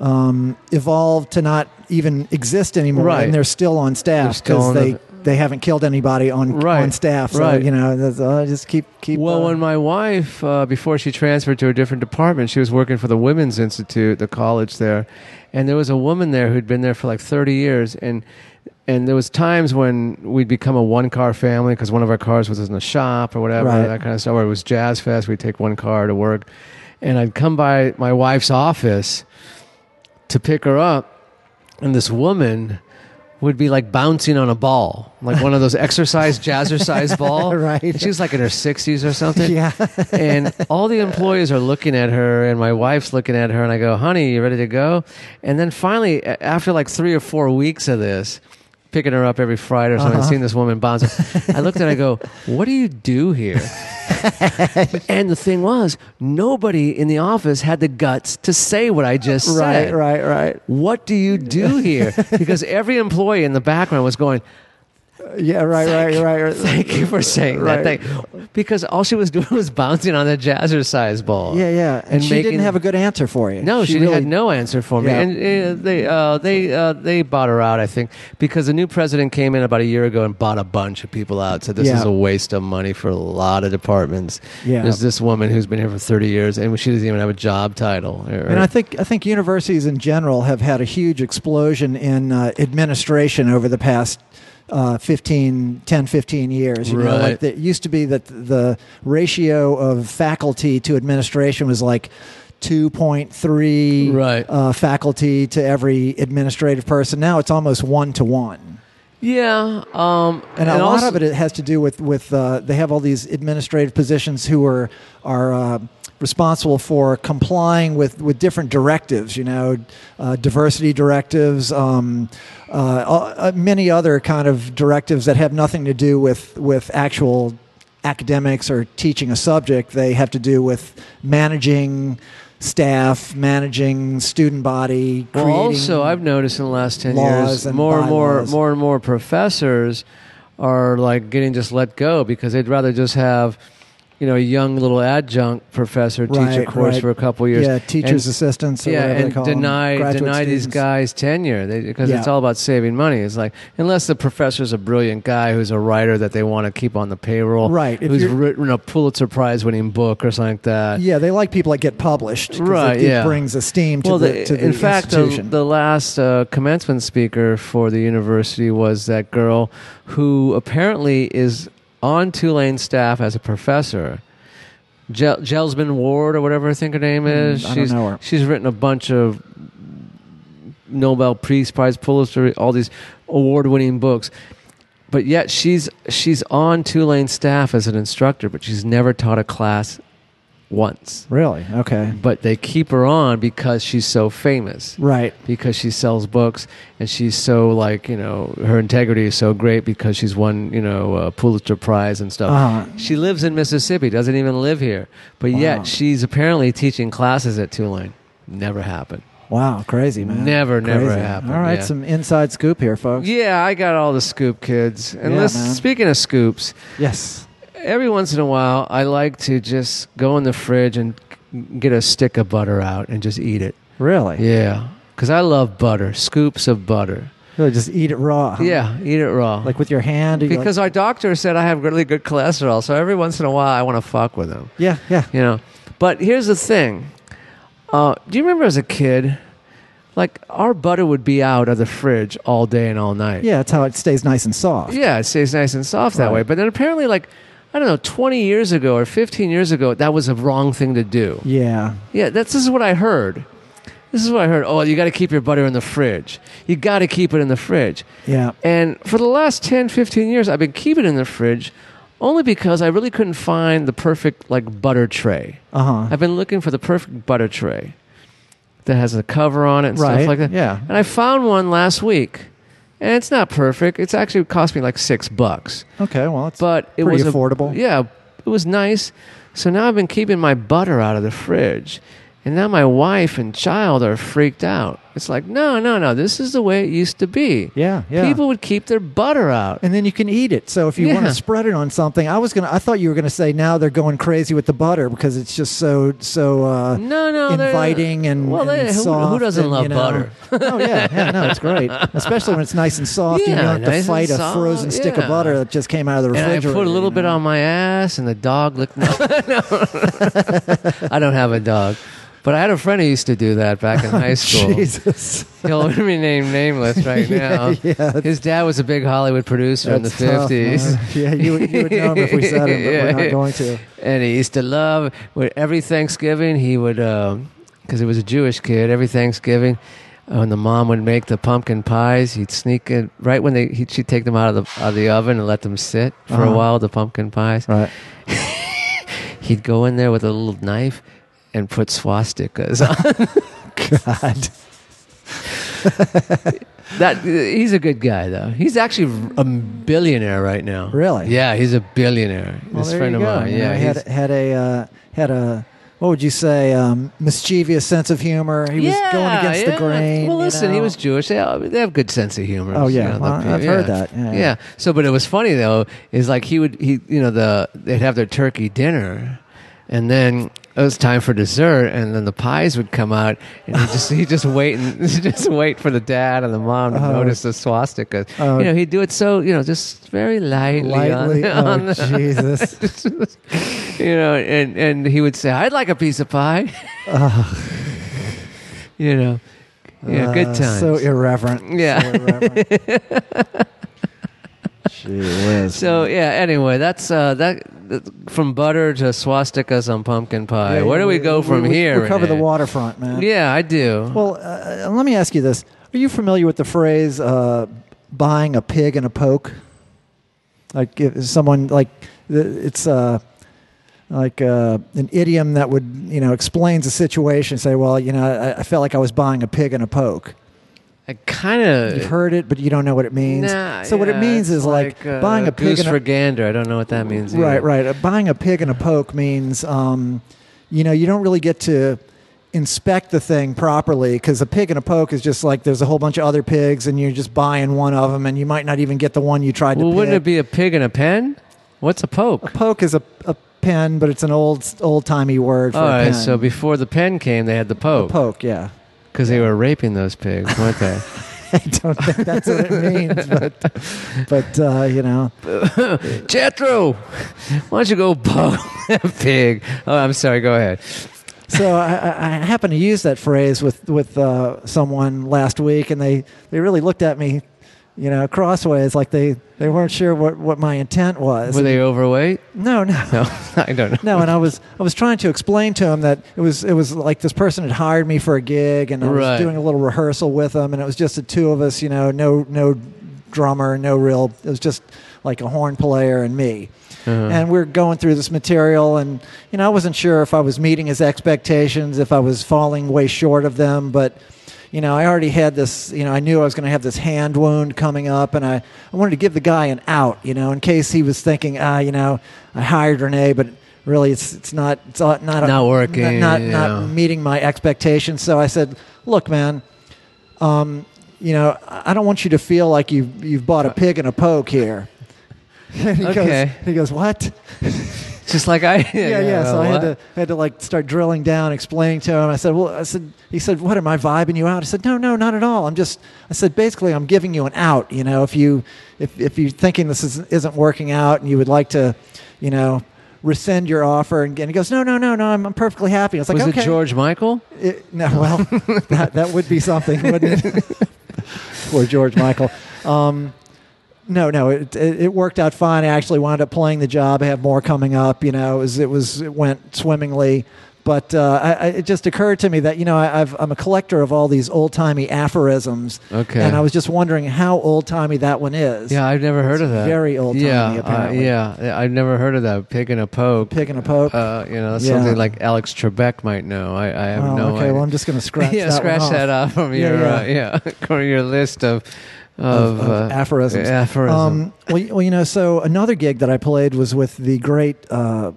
Speaker 1: um, evolved to not even exist anymore,
Speaker 2: Right.
Speaker 1: and they're still on staff
Speaker 2: They're still
Speaker 1: because
Speaker 2: on
Speaker 1: they
Speaker 2: the-
Speaker 1: they haven't killed anybody on
Speaker 2: Right,
Speaker 1: on staff. So
Speaker 2: right.
Speaker 1: you know, that's, uh, just keep keep.
Speaker 2: Well,
Speaker 1: uh,
Speaker 2: when my wife, uh, before she transferred to a different department, she was working for the Women's Institute, the college there, and there was a woman there who'd been there for like 30 years, and and there was times when we'd become a one car family because one of our cars was in the shop or whatever
Speaker 1: Right.
Speaker 2: that kind of stuff. Or it was Jazz Fest, we'd take one car to work, and I'd come by my wife's office to pick her up, and this woman would be like bouncing on a ball, like one of those exercise jazzercise ball.
Speaker 1: Right.
Speaker 2: She's like in her sixties or something.
Speaker 1: yeah,
Speaker 2: And all the employees are looking at her, and my wife's looking at her, and I go, "Honey, you ready to go?" And then finally, a- after like three or four weeks of this. Picking her up every Friday or something,
Speaker 1: Uh-huh.
Speaker 2: seeing this woman bounce. I looked at her, I go, What do you do here? and the thing was, nobody in the office had the guts to say what I just
Speaker 1: right,
Speaker 2: said
Speaker 1: right, right.
Speaker 2: what do you do here? Because every employee in the background was going,
Speaker 1: Yeah, right, right, right, right.
Speaker 2: thank you for saying
Speaker 1: Right.
Speaker 2: that thing. Because all she was doing was bouncing on the jazzercise ball.
Speaker 1: Yeah, yeah. And,
Speaker 2: And
Speaker 1: she
Speaker 2: making-
Speaker 1: didn't have a good answer for you.
Speaker 2: No, she,
Speaker 1: really,
Speaker 2: had no answer for me,
Speaker 1: Yeah.
Speaker 2: and uh, they uh, they uh, they bought her out. I think because the new president came in about a year ago and bought a bunch of people out. Said this
Speaker 1: Yeah.
Speaker 2: is a waste of money for a lot of departments.
Speaker 1: Yeah.
Speaker 2: There's this woman who's been here for 30 years, and she doesn't even have a job title.
Speaker 1: And I think I think universities in general have had a huge explosion in uh, administration over the past uh, 15, 10, 15 years. You know,
Speaker 2: Right.
Speaker 1: like the- it used to be that the ratio of faculty to administration was like. 2.3
Speaker 2: Right.
Speaker 1: uh, faculty to every administrative person. Now it's almost one to one.
Speaker 2: yeah, um,
Speaker 1: and, a lot
Speaker 2: also-
Speaker 1: of it has to do with with uh, they have all these administrative positions who are are uh, responsible for complying with with different directives. You know, uh, diversity directives, um, uh, uh, many other kind of directives that have nothing to do with with actual academics or teaching a subject. They have to do with managing. staff, managing student body,
Speaker 2: Well,
Speaker 1: creating.
Speaker 2: also, I've noticed in the last ten
Speaker 1: laws
Speaker 2: years,
Speaker 1: and
Speaker 2: more and more,
Speaker 1: bylaws.
Speaker 2: more and more professors are like getting just let go because they'd rather just have, you know, a young little adjunct professor teach a
Speaker 1: Right,
Speaker 2: course
Speaker 1: right.
Speaker 2: for a couple years.
Speaker 1: yeah, teachers'
Speaker 2: And-
Speaker 1: assistants. Or
Speaker 2: yeah,
Speaker 1: whatever they
Speaker 2: and
Speaker 1: call 'em,
Speaker 2: deny
Speaker 1: graduate
Speaker 2: deny these
Speaker 1: students.
Speaker 2: guys tenure they, because it's
Speaker 1: Yeah.
Speaker 2: all about saving money. It's like unless the professor's a brilliant guy who's a writer that they want to keep on the payroll,
Speaker 1: Right, if
Speaker 2: Who's
Speaker 1: you're-
Speaker 2: written a Pulitzer Prize winning book or something like that.
Speaker 1: Yeah, they like people that get published. 'cause
Speaker 2: Right,
Speaker 1: It, it
Speaker 2: yeah.
Speaker 1: brings esteem to
Speaker 2: well,
Speaker 1: the,
Speaker 2: the-
Speaker 1: to the
Speaker 2: in fact, the,
Speaker 1: institution.
Speaker 2: the last uh, commencement speaker for the university was that girl who apparently is on Tulane staff as a professor. Gel- Gelsman Ward or whatever I think her name
Speaker 1: Mm,
Speaker 2: is.
Speaker 1: I don't
Speaker 2: she's
Speaker 1: know her.
Speaker 2: she's written a bunch of Nobel Peace Prize, Pulitzer, all these award-winning books. But yet she's she's on Tulane staff as an instructor, but she's never taught a class once
Speaker 1: really? Okay.
Speaker 2: but they keep her on because she's so famous
Speaker 1: Right.
Speaker 2: because she sells books and she's so like you know her integrity is so great because she's won you know a pulitzer prize and stuff
Speaker 1: Uh,
Speaker 2: she lives in mississippi doesn't even live here but
Speaker 1: Wow.
Speaker 2: yet she's apparently teaching classes at tulane never happened
Speaker 1: wow, crazy, man.
Speaker 2: Never, never
Speaker 1: Crazy.
Speaker 2: happened,
Speaker 1: All right,
Speaker 2: yeah.
Speaker 1: some inside scoop here, folks.
Speaker 2: yeah i got all the scoop kids and
Speaker 1: Yeah,
Speaker 2: let's-
Speaker 1: man.
Speaker 2: speaking of scoops
Speaker 1: Yes.
Speaker 2: every once in a while i like to just go in the fridge and get a stick of butter out and just eat it
Speaker 1: Really?
Speaker 2: yeah because i love butter scoops of butter
Speaker 1: Really, just eat it raw. huh?
Speaker 2: Yeah, eat it raw.
Speaker 1: Like with your hand. you like-
Speaker 2: because our doctor said I have really good cholesterol, so every once in a while I want to fuck with him.
Speaker 1: yeah, yeah.
Speaker 2: You know. But here's the thing. Uh, do you remember as a kid, like our butter would be out of the fridge all day and all night.
Speaker 1: Yeah, that's how it stays nice and soft.
Speaker 2: Yeah, it stays nice and soft that
Speaker 1: Right.
Speaker 2: way. But then apparently, like I don't know, 20 years ago or 15 years ago, that was a wrong thing to do.
Speaker 1: Yeah.
Speaker 2: Yeah, that's this is what I heard. This is what I heard. Oh, you got to keep your butter in the fridge. You got to keep it in the fridge.
Speaker 1: Yeah.
Speaker 2: And for the last 10, 15 years, I've been keeping it in the fridge only because I really couldn't find the perfect like butter tray.
Speaker 1: Uh huh.
Speaker 2: I've been looking for the perfect butter tray that has a cover on it and
Speaker 1: Right.
Speaker 2: stuff like that.
Speaker 1: Yeah.
Speaker 2: And I found one last week. And it's not perfect. It's actually cost me like 6 bucks.
Speaker 1: Okay. Well, it's
Speaker 2: But it
Speaker 1: pretty
Speaker 2: was a-
Speaker 1: affordable.
Speaker 2: yeah, it was nice. So now I've been keeping my butter out of the fridge. And now my wife and child are freaked out. It's like, "No, no, no. This is the way it used to be."
Speaker 1: Yeah. Yeah.
Speaker 2: People would keep their butter out.
Speaker 1: and then you can eat it. So if you want
Speaker 2: Yeah.
Speaker 1: to spread it on something, I was gonna. I thought you were gonna say now they're going crazy with the butter because it's just so so uh,
Speaker 2: No, no, they're-
Speaker 1: inviting and
Speaker 2: well,
Speaker 1: and
Speaker 2: they- who-
Speaker 1: soft
Speaker 2: who doesn't
Speaker 1: and,
Speaker 2: love
Speaker 1: you know-
Speaker 2: butter?
Speaker 1: oh yeah, yeah, no, it's great, especially when it's nice and soft. and you
Speaker 2: Yeah,
Speaker 1: don't have
Speaker 2: nice and
Speaker 1: to fight a
Speaker 2: soft,
Speaker 1: frozen stick
Speaker 2: yeah.
Speaker 1: of butter that just came out of the
Speaker 2: And I
Speaker 1: refrigerator.
Speaker 2: put a little
Speaker 1: you
Speaker 2: bit
Speaker 1: know?
Speaker 2: on my ass, and the dog licked. No, no. I don't have a dog, but I had a friend who used to do that back in high school.
Speaker 1: Jesus.
Speaker 2: He'll remain nameless right now.
Speaker 1: yeah, that's-
Speaker 2: His dad was a big Hollywood producer in the
Speaker 1: That's tough,
Speaker 2: fifties.
Speaker 1: man. yeah, you, would- you would know him if we said it, but we're
Speaker 2: Yeah.
Speaker 1: not going to.
Speaker 2: and he used to love with every Thanksgiving he would because he was a Jewish kid. Every Thanksgiving, uh, when the mom would make the pumpkin pies, he'd sneak in right when they he, she'd take them out of the out of the oven and let them sit for a
Speaker 1: Uh-huh.
Speaker 2: while. The pumpkin pies,
Speaker 1: Right.
Speaker 2: he'd go in there with a little knife and put swastikas. on.
Speaker 1: God.
Speaker 2: that he's a good guy though. He's actually a billionaire right now.
Speaker 1: Really?
Speaker 2: Yeah, he's a billionaire.
Speaker 1: Well,
Speaker 2: this
Speaker 1: there
Speaker 2: friend
Speaker 1: you
Speaker 2: of
Speaker 1: go.
Speaker 2: mine.
Speaker 1: You know,
Speaker 2: Yeah,
Speaker 1: he had
Speaker 2: he's-
Speaker 1: had a uh, had a what would you say um, mischievous sense of humor. He was going against
Speaker 2: yeah.
Speaker 1: the grain.
Speaker 2: Well,
Speaker 1: you
Speaker 2: listen, he
Speaker 1: know?
Speaker 2: was Jewish. They, they have good sense of humor.
Speaker 1: Oh, yeah.
Speaker 2: You know,
Speaker 1: Well,
Speaker 2: the pe-
Speaker 1: I've heard that. Yeah.
Speaker 2: Yeah. So, but it was funny though. Is like he would he you know the they'd have their turkey dinner, and then it was time for dessert, and then the pies would come out, and he just he just wait and just wait for the dad and the mom to
Speaker 1: Oh.
Speaker 2: notice the swastika.
Speaker 1: Oh.
Speaker 2: you know, he'd do it so you know just very lightly,
Speaker 1: lightly.
Speaker 2: on, on
Speaker 1: oh,
Speaker 2: the,
Speaker 1: Jesus.
Speaker 2: you know, and and he would say, "I'd like a piece of pie." you know, yeah, good
Speaker 1: Uh,
Speaker 2: times.
Speaker 1: So irreverent.
Speaker 2: Yeah.
Speaker 1: So irreverent. Gee whiz.
Speaker 2: So yeah. Anyway, that's uh, that th- from butter to swastikas on pumpkin pie.
Speaker 1: Yeah,
Speaker 2: Where do we, go from
Speaker 1: we,
Speaker 2: here?
Speaker 1: We cover the
Speaker 2: Renee?
Speaker 1: waterfront, man.
Speaker 2: Yeah, I do.
Speaker 1: Well, uh, let me ask you this: Are you familiar with the phrase uh, "buying a pig in a poke"? Like if someone like the- it's uh, like uh, an idiom that would you know explains the situation. Say, well, you know, I, I felt like I was buying a pig in a poke.
Speaker 2: I kind of
Speaker 1: You've heard it, but you don't know what it means.
Speaker 2: Nah,
Speaker 1: so what it
Speaker 2: yeah,
Speaker 1: means
Speaker 2: it's
Speaker 1: is like,
Speaker 2: uh,
Speaker 1: buying a pig
Speaker 2: goose
Speaker 1: in a
Speaker 2: for gander. I don't know what that means. either.
Speaker 1: Right, right. Uh, buying a pig in a poke means, um, you know, you don't really get to inspect the thing properly because a pig and a poke is just like there's a whole bunch of other pigs and you're just buying one of them and you might not even get the one you tried
Speaker 2: Well,
Speaker 1: to
Speaker 2: wouldn't
Speaker 1: pick.
Speaker 2: it be a pig in a pen? What's a poke?
Speaker 1: poke is a, a pen but it's an old old timey word for
Speaker 2: All
Speaker 1: a
Speaker 2: right,
Speaker 1: pen.
Speaker 2: so before the pen came, they had the poke
Speaker 1: poke yeah
Speaker 2: because they were raping those pigs, weren't they?
Speaker 1: I don't think that's what it means but but uh, you know
Speaker 2: Jethro, why don't you go poke that pig? Oh, I'm sorry. Go ahead.
Speaker 1: so I, I I happened to use that phrase with with uh, someone last week, and they they really looked at me, you know, crossways, like they they weren't sure what what my intent was.
Speaker 2: Were they overweight?
Speaker 1: no, no.
Speaker 2: No, I don't know.
Speaker 1: No, and I was I was trying to explain to him that it was it was like this person had hired me for a gig, and I was
Speaker 2: Right.
Speaker 1: doing a little rehearsal with him, and it was just the two of us, you know, no no drummer, no real. It was just like a horn player and me,
Speaker 2: Uh-huh.
Speaker 1: and we are going through this material, and you know, I wasn't sure if I was meeting his expectations, if I was falling way short of them, but. You know, I already had this. You know, I knew I was going to have this hand wound coming up, and I, I wanted to give the guy an out. You know, in case he was thinking, ah, you know, I hired Renee, but really, it's it's not it's not not,
Speaker 2: Not working,
Speaker 1: not
Speaker 2: you
Speaker 1: not
Speaker 2: know.
Speaker 1: meeting my expectations. So I said, look, man, um, you know, I I don't want you to feel like you you've bought a pig and a poke here. And he
Speaker 2: Uh, Okay.
Speaker 1: Goes, he goes, what?
Speaker 2: Just like I.
Speaker 1: yeah, yeah. So I
Speaker 2: what?
Speaker 1: had to I had to like start drilling down, explaining to him. I said, well, I said, he said, what am I vibing you out? I said, no, no, not at all. I'm just, I said, basically, I'm giving you an out. You know, if you if if you're thinking this is, isn't working out and you would like to, you know, rescind your offer, and, and he goes, no, no, no, no, I'm, I'm perfectly happy. I was like,
Speaker 2: Was
Speaker 1: okay,
Speaker 2: it George Michael?
Speaker 1: It- no, well, that, that would be something, wouldn't it? Poor George Michael. Um, no, no, it, it it worked out fine. I actually wound up playing the job. I have more coming up. You know, it was it was it went swimmingly. But uh, I, I, it just occurred to me that you know I, I've, I'm a collector of all these old timey aphorisms,
Speaker 2: Okay.
Speaker 1: and I was just wondering how old timey that one is.
Speaker 2: Yeah, I've never heard of that.
Speaker 1: very old-timey,
Speaker 2: Yeah, uh,
Speaker 1: apparently.
Speaker 2: yeah, yeah, I've never heard of that. Pig and a poke.
Speaker 1: picking a poke.
Speaker 2: Uh, you know, that's
Speaker 1: Yeah.
Speaker 2: something like Alex Trebek might know. I, I have
Speaker 1: oh,
Speaker 2: no
Speaker 1: okay,
Speaker 2: idea.
Speaker 1: well I'm just gonna scratch
Speaker 2: yeah,
Speaker 1: that
Speaker 2: scratch
Speaker 1: one off.
Speaker 2: that off from
Speaker 1: Yeah,
Speaker 2: your
Speaker 1: yeah.
Speaker 2: yeah, Uh, yeah from your list of
Speaker 1: of,
Speaker 2: of,
Speaker 1: of
Speaker 2: uh,
Speaker 1: aphorisms.
Speaker 2: aphorism.
Speaker 1: Um, well, you- well, you know, so another gig that I played was with the great, uh,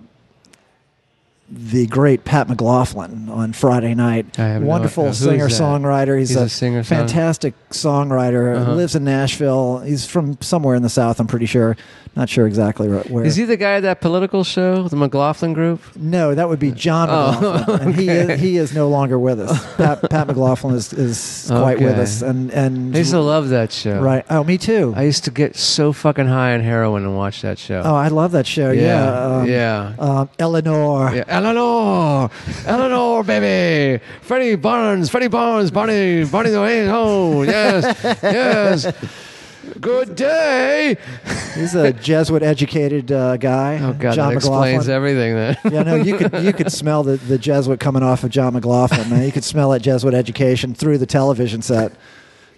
Speaker 1: the great Pat McLaughlin on Friday night.
Speaker 2: I have no-
Speaker 1: Wonderful
Speaker 2: uh, who is that?
Speaker 1: singer songwriter. He's,
Speaker 2: He's a singer-songwriter.
Speaker 1: fantastic songwriter.
Speaker 2: Uh-huh.
Speaker 1: Lives in Nashville. He's from somewhere in the South. I'm pretty sure. Not sure exactly where. where.
Speaker 2: Is he the guy at that political show, the McLaughlin Group?
Speaker 1: No, that would be John
Speaker 2: Oh,
Speaker 1: McLaughlin, and he is, he is no longer with us. Pat, Pat McLaughlin is, is quite with
Speaker 2: Okay.
Speaker 1: us, and and
Speaker 2: I used to love that show.
Speaker 1: right. Oh, me too.
Speaker 2: I used to get so fucking high on heroin and watch that show.
Speaker 1: oh, I love that show. Yeah, um,
Speaker 2: yeah.
Speaker 1: um, Eleanor.
Speaker 2: Yeah, Eleanor, Eleanor, baby, Freddie Barnes, Freddie Barnes, Barney, Barney the way home. Yes, yes. Good day.
Speaker 1: He's a Jesuit educated uh, guy.
Speaker 2: Oh God,
Speaker 1: John
Speaker 2: that
Speaker 1: McLaughlin.
Speaker 2: explains everything. Then
Speaker 1: Yeah, no, you could you could smell the, the Jesuit coming off of John McLaughlin, man. You could smell that Jesuit education through the television set.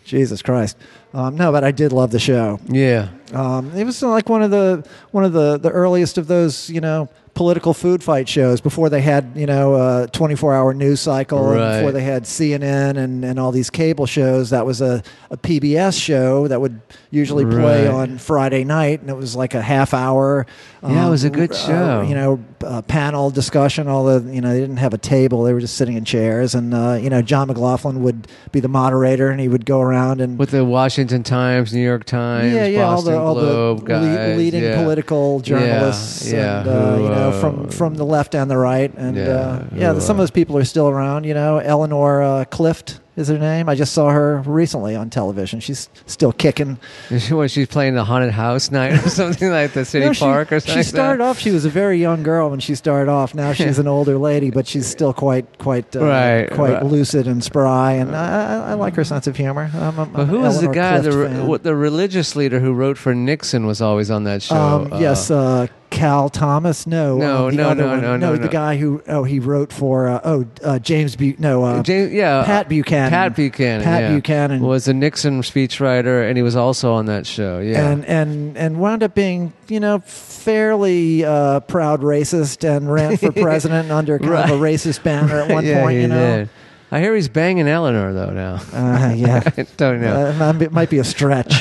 Speaker 1: Jesus Christ. Um, no, but I did love the show.
Speaker 2: yeah,
Speaker 1: Um, it was like one of the one of the, the earliest of those, you know, political food fight shows before they had, you know, a 24-hour news cycle, and
Speaker 2: Right.
Speaker 1: before they had CNN and, and all these cable shows. That was a, a PBS show that would usually play
Speaker 2: Right.
Speaker 1: on Friday night, and it was like a half hour.
Speaker 2: Yeah, it was a good
Speaker 1: uh,
Speaker 2: show.
Speaker 1: you know, uh, panel discussion, although, you know, they didn't have a table. They were just sitting in chairs, and, uh, you know, John McLaughlin would be the moderator, and he would go around and
Speaker 2: with the Washington Times, New York Times,
Speaker 1: yeah, yeah, all
Speaker 2: Boston
Speaker 1: the, all
Speaker 2: Globe
Speaker 1: the
Speaker 2: guys,
Speaker 1: le- leading
Speaker 2: yeah.
Speaker 1: political journalists,
Speaker 2: yeah,
Speaker 1: and uh,
Speaker 2: who,
Speaker 1: you know,
Speaker 2: uh,
Speaker 1: from from the left and the right, and yeah,
Speaker 2: Yeah,
Speaker 1: uh, yeah
Speaker 2: who,
Speaker 1: some of
Speaker 2: uh,
Speaker 1: those people are still around. You know, Eleanor uh, Clift is her name. I just saw her recently on television. She's still kicking.
Speaker 2: What, she's playing the haunted house night or something like the city
Speaker 1: No,
Speaker 2: park or something.
Speaker 1: She started
Speaker 2: like
Speaker 1: off. She was a very young girl when she started off. Now she's an older lady, but she's still quite quite uh,
Speaker 2: Right,
Speaker 1: quite
Speaker 2: right.
Speaker 1: lucid and spry, and I, I, I like her sense of humor. I'm, I'm,
Speaker 2: But
Speaker 1: I'm
Speaker 2: who
Speaker 1: an
Speaker 2: was the
Speaker 1: Eleanor
Speaker 2: guy? The,
Speaker 1: Clift
Speaker 2: re-
Speaker 1: fan.
Speaker 2: what, the religious leader who wrote for Nixon was always on that show.
Speaker 1: Um,
Speaker 2: Uh,
Speaker 1: yes, uh, Cal Thomas. No,
Speaker 2: No,
Speaker 1: um, the
Speaker 2: no,
Speaker 1: other
Speaker 2: no,
Speaker 1: one.
Speaker 2: no, no,
Speaker 1: The
Speaker 2: no.
Speaker 1: guy who oh he wrote for uh, oh uh, James Bu- no uh,
Speaker 2: James, yeah,
Speaker 1: Pat Buchanan.
Speaker 2: Pat Buchanan.
Speaker 1: Pat
Speaker 2: yeah.
Speaker 1: Buchanan.
Speaker 2: was a Nixon speechwriter, and he was also on that show. Yeah,
Speaker 1: and and and wound up being you know fairly uh, proud racist and ran for president under kind of a racist banner at one
Speaker 2: yeah,
Speaker 1: point.
Speaker 2: he
Speaker 1: You know,
Speaker 2: did. I hear he's banging Eleanor though now.
Speaker 1: Uh, yeah,
Speaker 2: I don't know.
Speaker 1: Uh, it might be- it might be a stretch.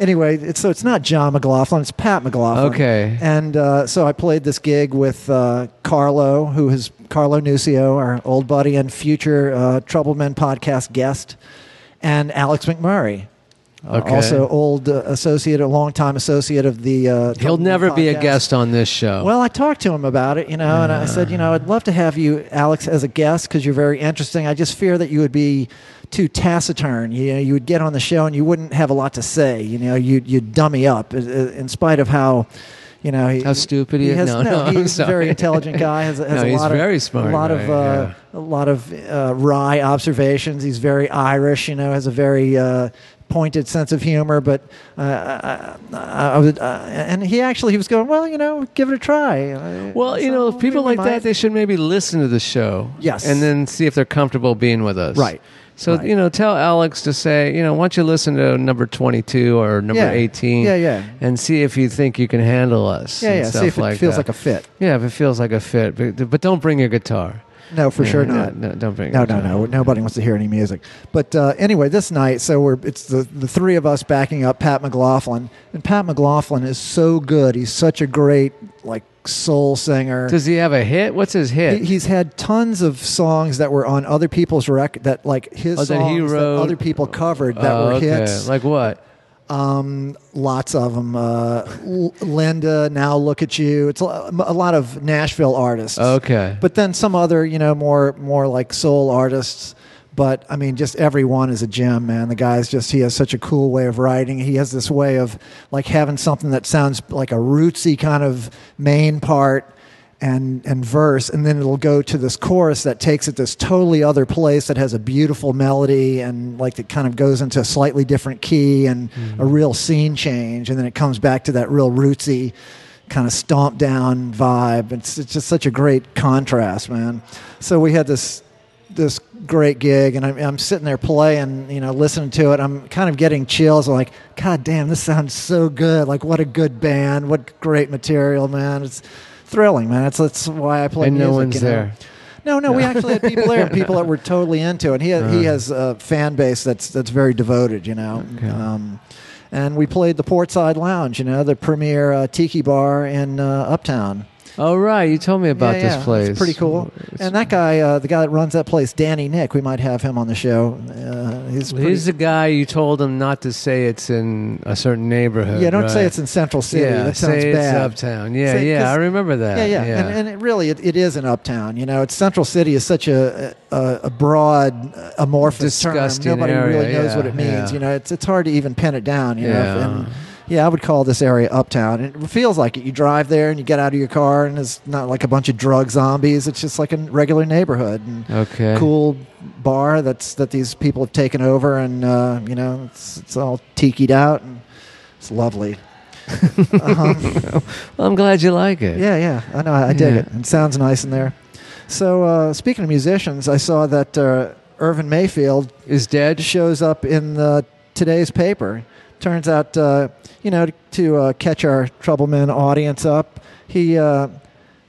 Speaker 1: Anyway, it's, so it's not John McLaughlin, it's Pat McLaughlin.
Speaker 2: Okay.
Speaker 1: And uh, so I played this gig with uh, Carlo, who is Carlo Nucio, our old buddy and future uh, Troubled Men podcast guest, and Alex McMurray. uh,
Speaker 2: Okay.
Speaker 1: also, old uh, associate, a longtime associate of the. Uh,
Speaker 2: He'll
Speaker 1: Troubled Men
Speaker 2: never be a
Speaker 1: podcast.
Speaker 2: guest on this show.
Speaker 1: Well, I talked to him about it, you know, and I said, you know, I'd love to have you, Alex, as a guest because you're very interesting. I just fear that you would be too taciturn. You know, you would get on the show and you wouldn't have a lot to say. You know, you'd, you'd dummy up uh, uh, in spite of how, you know, he,
Speaker 2: How stupid he is.
Speaker 1: has-
Speaker 2: No, no, I'm
Speaker 1: he's a very
Speaker 2: sorry.
Speaker 1: intelligent guy. Has, has
Speaker 2: No,
Speaker 1: a
Speaker 2: he's
Speaker 1: lot
Speaker 2: very
Speaker 1: of,
Speaker 2: smart
Speaker 1: A lot
Speaker 2: guy,
Speaker 1: of uh, a lot of uh, wry observations. He's very Irish, you know, has a very uh, pointed sense of humor. But uh, I, I, I would, uh, and he actually he was going, well, you know, give it a try. Uh,
Speaker 2: Well, you
Speaker 1: so
Speaker 2: know, if people
Speaker 1: we
Speaker 2: like
Speaker 1: might-
Speaker 2: that, they should maybe listen to the show.
Speaker 1: Yes.
Speaker 2: And then see if they're comfortable being with us.
Speaker 1: Right.
Speaker 2: So,
Speaker 1: Right.
Speaker 2: you know, tell Alex to say, you know, why don't you listen to number 22 or number
Speaker 1: Yeah.
Speaker 2: 18
Speaker 1: Yeah, yeah.
Speaker 2: and see if you think you can handle us.
Speaker 1: yeah,
Speaker 2: and
Speaker 1: yeah.
Speaker 2: Stuff
Speaker 1: See if it
Speaker 2: like
Speaker 1: feels
Speaker 2: that.
Speaker 1: like a fit.
Speaker 2: Yeah, if it feels like a fit. But, but don't bring your guitar.
Speaker 1: No, for
Speaker 2: Yeah,
Speaker 1: sure
Speaker 2: no,
Speaker 1: not.
Speaker 2: No, don't bring
Speaker 1: No,
Speaker 2: your
Speaker 1: no,
Speaker 2: guitar.
Speaker 1: no. Nobody wants to hear any music. But uh, anyway, this night, so we're it's the, the three of us backing up Pat McLaughlin, and Pat McLaughlin is so good. He's such a great like soul singer.
Speaker 2: Does he have a hit? What's his hit?
Speaker 1: He- he's had tons of songs that were on other people's record that like his
Speaker 2: Oh, that
Speaker 1: songs
Speaker 2: he wrote?
Speaker 1: other people covered that
Speaker 2: Oh,
Speaker 1: were
Speaker 2: okay.
Speaker 1: hits.
Speaker 2: Like what?
Speaker 1: um, lots of them. Uh, L- Linda, now look at you. It's a, a lot of Nashville artists.
Speaker 2: Okay.
Speaker 1: But then some other, you know, more more like soul artists. But I mean, just everyone is a gem, man. The guy's just, he has such a cool way of writing. He has this way of like having something that sounds like a rootsy kind of main part and, and verse. And then it'll go to this chorus that takes it this totally other place that has a beautiful melody and like it kind of goes into a slightly different key and a real scene change. And then it comes back to that real rootsy kind of stomp down vibe. It's, it's just such a great contrast, man. So we had this this great gig, and I'm, I'm sitting there playing, you know, listening to it. I'm kind of getting chills. I'm like, God damn, this sounds so good. Like, what a good band. What great material, man. It's thrilling, man. That's that's why I play.
Speaker 2: And no
Speaker 1: music,
Speaker 2: one's
Speaker 1: you know?
Speaker 2: there.
Speaker 1: No, no, we actually had people there, people that were totally into it. He ha- he has a fan base that's that's very devoted, you know. Um, and we played the Portside Lounge, you know, the premier uh, tiki bar in uh, Uptown.
Speaker 2: Oh, right. You told me about
Speaker 1: Yeah, yeah,
Speaker 2: this place.
Speaker 1: It's pretty cool.
Speaker 2: It's-
Speaker 1: and that guy, uh, the guy that runs that place, Danny Nick, we might have him on the show. Uh, he's
Speaker 2: Well, He's
Speaker 1: pretty,
Speaker 2: the guy you told him not to say it's in a certain neighborhood.
Speaker 1: yeah, don't say
Speaker 2: right?
Speaker 1: it's in Central City.
Speaker 2: Yeah,
Speaker 1: that sounds
Speaker 2: say
Speaker 1: bad.
Speaker 2: it's uptown. Yeah,
Speaker 1: Say-
Speaker 2: yeah,
Speaker 1: 'cause-
Speaker 2: I remember that.
Speaker 1: Yeah, yeah, And, and it really, it, it is an uptown. You know, it's Central City is such a a, a broad, uh, amorphous
Speaker 2: Disgusting
Speaker 1: term. Nobody
Speaker 2: area,
Speaker 1: really knows
Speaker 2: yeah,
Speaker 1: what it means.
Speaker 2: yeah.
Speaker 1: You know, it's it's hard to even pin it down. You know,
Speaker 2: Yeah.
Speaker 1: and yeah, I would call this area uptown. It feels like it. You drive there and you get out of your car, and it's not like a bunch of drug zombies. It's just like a regular neighborhood. And
Speaker 2: okay.
Speaker 1: cool bar that's that these people have taken over, and uh, you know it's it's all tikied out and it's lovely. um,
Speaker 2: Well, I'm glad you like it.
Speaker 1: yeah, yeah, I know, I, I dig
Speaker 2: Yeah.
Speaker 1: it. It sounds nice in there. So uh, speaking of musicians, I saw that uh, Irvin Mayfield
Speaker 2: Is dead.
Speaker 1: shows up in the today's paper. Turns out, uh, you know, to uh, catch our Troubleman audience up, he uh,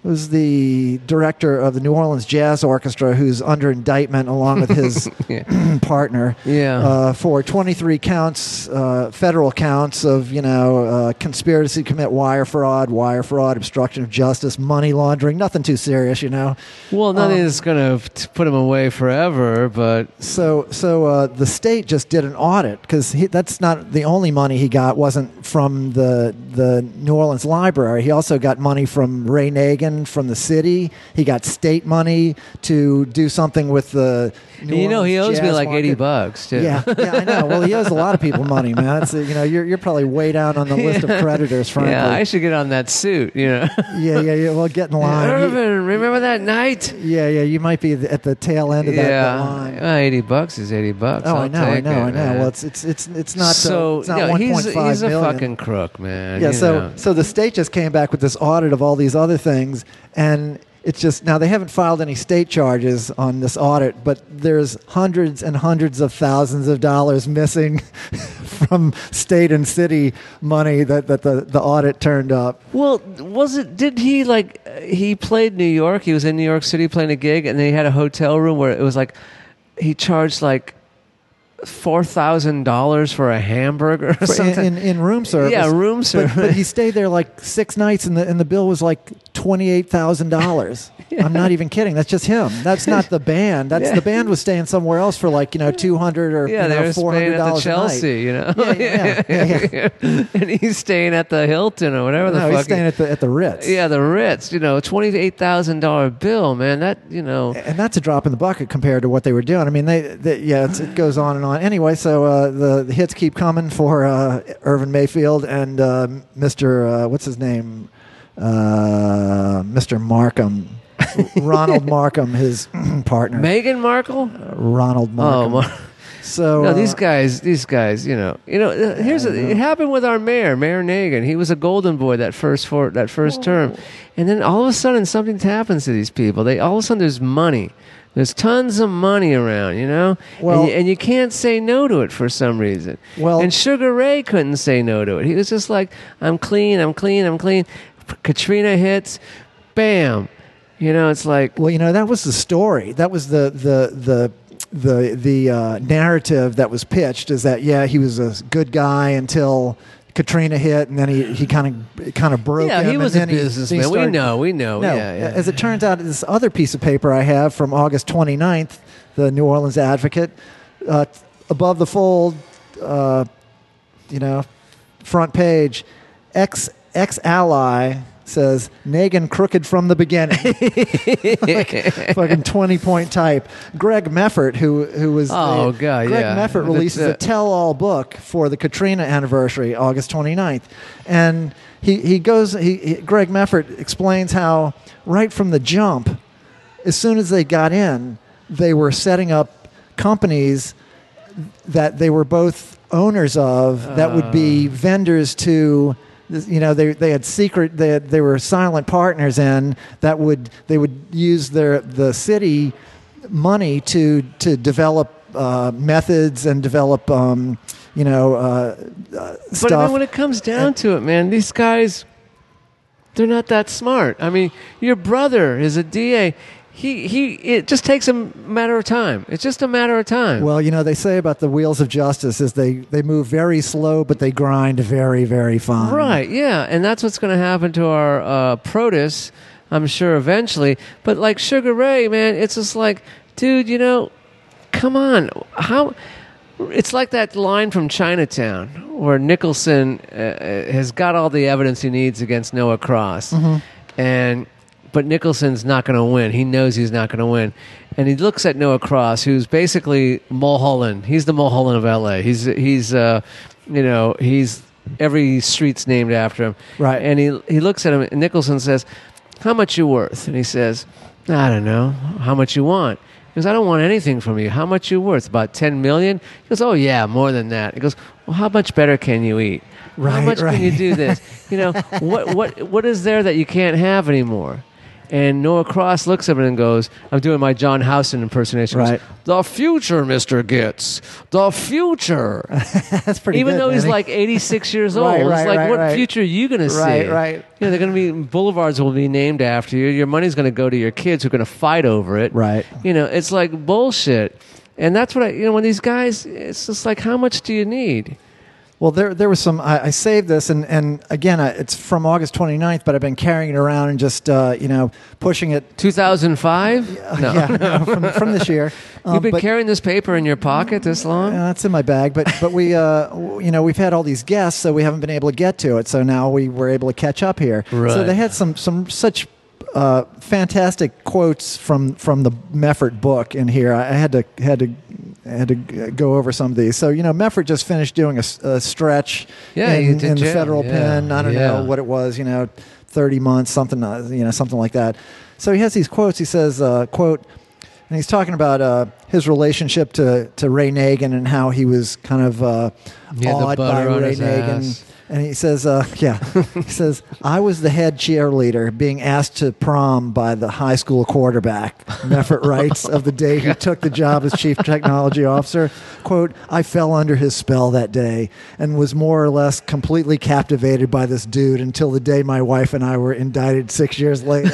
Speaker 1: was the director of the New Orleans Jazz Orchestra, who's under indictment along with his
Speaker 2: Yeah.
Speaker 1: partner
Speaker 2: Yeah.
Speaker 1: uh, for 23 counts, uh, federal counts of you know uh, conspiracy to commit wire fraud, wire fraud, obstruction of justice, money laundering. Nothing too serious, you know.
Speaker 2: well, nothing
Speaker 1: um,
Speaker 2: is going to put him away forever, but
Speaker 1: So, so uh, the state just did an audit because that's not the only money he got. wasn't from the the New Orleans Library. He also got money from Ray Nagin from the city. He got state money to do something with the. New
Speaker 2: you know he
Speaker 1: Orleans
Speaker 2: owes me
Speaker 1: jazz
Speaker 2: like 80
Speaker 1: market.
Speaker 2: bucks. Too.
Speaker 1: Yeah, yeah, I know. Well, he owes a lot of people money, man. It's, uh, you know, you're, you're probably way down on the list of creditors, frankly.
Speaker 2: Yeah, I should get on that suit, you know.
Speaker 1: yeah, yeah, yeah. Well, get in line. You-
Speaker 2: Irvin, remember that night?
Speaker 1: yeah, yeah. You might be at the tail end of that, that line.
Speaker 2: Well, 80 Uh, bucks is 80 bucks.
Speaker 1: Oh,
Speaker 2: I'll
Speaker 1: I know, I
Speaker 2: take
Speaker 1: know,
Speaker 2: it,
Speaker 1: I know.
Speaker 2: man.
Speaker 1: Well, it's it's it's it's not uh,
Speaker 2: so
Speaker 1: it's not
Speaker 2: no,
Speaker 1: 1.5
Speaker 2: he's, he's a
Speaker 1: million.
Speaker 2: fucking crook, man.
Speaker 1: yeah.
Speaker 2: you
Speaker 1: So
Speaker 2: know.
Speaker 1: so the state just came back with this audit of all these other things, and it's just now they haven't filed any state charges on this audit, but there's hundreds and hundreds of thousands of dollars missing from state and city money that that the, the audit turned up.
Speaker 2: Well, was it? Did he like? uh, He played New York. He was in New York City playing a gig, and then he had a hotel room where it was like he charged like four thousand dollars for a hamburger or
Speaker 1: For- in,
Speaker 2: something.
Speaker 1: in, in room service.
Speaker 2: yeah, room
Speaker 1: But,
Speaker 2: service.
Speaker 1: but he stayed there like six nights, and the and the bill was like twenty eight thousand dollars. I'm not even kidding. That's just him. That's not the band. That's
Speaker 2: Yeah.
Speaker 1: the band was staying somewhere else for like you know two hundred or
Speaker 2: yeah,
Speaker 1: you
Speaker 2: they
Speaker 1: know,
Speaker 2: were
Speaker 1: four
Speaker 2: staying
Speaker 1: hundred
Speaker 2: at the
Speaker 1: dollars
Speaker 2: Chelsea, you know,
Speaker 1: Yeah, yeah, yeah,
Speaker 2: and he's staying at the Hilton or whatever the
Speaker 1: No,
Speaker 2: fuck.
Speaker 1: he's staying at the at the Ritz.
Speaker 2: yeah, the Ritz. You know, twenty eight thousand dollar bill, man. That you know,
Speaker 1: and that's a drop in the bucket compared to what they were doing. I mean, they, they yeah, it's, it goes on and on. Anyway, so uh, the, the hits keep coming for uh, Irvin Mayfield and uh, Mr. Uh, what's his name, uh, Mr. Markham, Ronald Markham, his partner,
Speaker 2: Meghan Markle.
Speaker 1: Ronald
Speaker 2: Oh,
Speaker 1: Markham.
Speaker 2: Mar-
Speaker 1: so
Speaker 2: no,
Speaker 1: uh,
Speaker 2: these guys, these guys, you know, you know. uh, Here's a, it happened with our mayor, Mayor Nagin. He was a golden boy that first for that first
Speaker 1: Oh.
Speaker 2: term, and then all of a sudden something happens to these people. They all of a sudden there's money. There's tons of money around, you know,
Speaker 1: Well-
Speaker 2: and, you, and you can't say no to it for some reason.
Speaker 1: Well-
Speaker 2: and Sugar Ray couldn't say no to it. He was just like, "I'm clean, I'm clean, I'm clean." Katrina hits, bam, you know. It's like
Speaker 1: Well, you know that was the story. That was the the the the the uh, narrative that was pitched is that yeah he was a good guy until Katrina hit, and then he he kind of kind of broke.
Speaker 2: Yeah,
Speaker 1: him,
Speaker 2: he
Speaker 1: and
Speaker 2: was a
Speaker 1: then he-
Speaker 2: businessman.
Speaker 1: he started-
Speaker 2: we know, we know.
Speaker 1: No,
Speaker 2: yeah, yeah.
Speaker 1: as it turns out, this other piece of paper I have from August 29th, the New Orleans Advocate, uh, above the fold, uh, you know, front page, ex ex ally says Nagin crooked from the beginning. fucking twenty point type. Greg Meffert, who who was
Speaker 2: Oh,
Speaker 1: the-
Speaker 2: God,
Speaker 1: Greg
Speaker 2: yeah.
Speaker 1: Meffert
Speaker 2: That's
Speaker 1: releases a
Speaker 2: it.
Speaker 1: tell all book for the Katrina anniversary, August 29th, and he he goes he, he Greg Meffert explains how right from the jump, as soon as they got in, they were setting up companies that they were both owners of that would
Speaker 2: Uh.
Speaker 1: be vendors to you know they, they had secret they, had, they were silent partners in that would they would use their the city money to to develop uh, methods and develop um, you know uh, uh,
Speaker 2: But I
Speaker 1: stuff
Speaker 2: mean, when it comes down to it, man, these guys, they're not that smart. I mean, your brother is a DA. He, he, it just takes a matter of time. It's just a matter of time.
Speaker 1: well you know they say about the wheels of justice is they they move very slow but they grind very very fine
Speaker 2: Right, yeah, and that's what's going to happen to our uh, Protus, I'm sure, eventually. But like Sugar Ray, man, it's just like, dude, you know, come on, how? It's like that line from Chinatown where Nicholson uh, uh, has got all the evidence he needs against Noah Cross, and but Nicholson's not going to win. He knows he's not going to win. And he looks at Noah Cross, who's basically Mulholland. He's the Mulholland of L.A. He's he's uh, you know he's every street's named after him.
Speaker 1: Right.
Speaker 2: And he he looks at him. and Nicholson says, "How much you worth?" And he says, "I don't know. How much you want?" He goes, "I don't want anything from you. How much you worth? About ten million? He goes, "Oh yeah, more than that." He goes, "Well, how much better can you eat?" how
Speaker 1: Right,
Speaker 2: much
Speaker 1: right.
Speaker 2: can you do this? You know, what, what, what is there that you can't have anymore? And Noah Cross looks at it and goes, I'm doing my John Housen impersonation. He goes,
Speaker 1: Right.
Speaker 2: The future, Mr. Gitz. The future.
Speaker 1: that's pretty
Speaker 2: Even
Speaker 1: good,
Speaker 2: though he's
Speaker 1: Manny.
Speaker 2: like 86 years old.
Speaker 1: Right,
Speaker 2: it's
Speaker 1: right,
Speaker 2: like,
Speaker 1: right,
Speaker 2: what
Speaker 1: right.
Speaker 2: future are you going to see?
Speaker 1: Right, right.
Speaker 2: You know, they're going to be, boulevards will be named after you. Your money's going to go to your kids who are going to fight over it.
Speaker 1: Right.
Speaker 2: You know, it's like bullshit. And that's what I, you know, when these guys, it's just like, how much do you need?
Speaker 1: Well, there, there was some. I, I saved this, and, and again, I, it's from August 29th, but I've been carrying it around and just, uh, you know, pushing it
Speaker 2: 2005? No.
Speaker 1: yeah, no, from, from this year. Um,
Speaker 2: You've been
Speaker 1: but-
Speaker 2: carrying this paper in your pocket this long?
Speaker 1: yeah, that's in my bag, but but we uh, w- you know we've had all these guests, so we haven't been able to get to it. So now we were able to catch up here. So
Speaker 2: Right.
Speaker 1: they had some some such uh, fantastic quotes from from the Meffert book in here. I, I had to had to had to g- go over some of these. So you know Meffert just finished doing a, s- a stretch
Speaker 2: Yeah, he
Speaker 1: in,
Speaker 2: did
Speaker 1: in the
Speaker 2: jail.
Speaker 1: federal
Speaker 2: Yeah,
Speaker 1: pen. I don't
Speaker 2: yeah.
Speaker 1: know what it was. You know, thirty months, something uh, you know something like that. So he has these quotes. He says, uh, "quote." And he's talking about uh, his relationship to, to Ray Nagin and how he was kind of uh,
Speaker 2: He had the
Speaker 1: awed by
Speaker 2: butter on
Speaker 1: Ray
Speaker 2: his
Speaker 1: Nagin.
Speaker 2: ass.
Speaker 1: And he says, uh, yeah, he says, I was the head cheerleader being asked to prom by the high school quarterback, Meffert writes, of the day he took the job as chief technology officer. Quote, I fell under his spell that day and was more or less completely captivated by this dude until the day my wife and I were indicted six years later.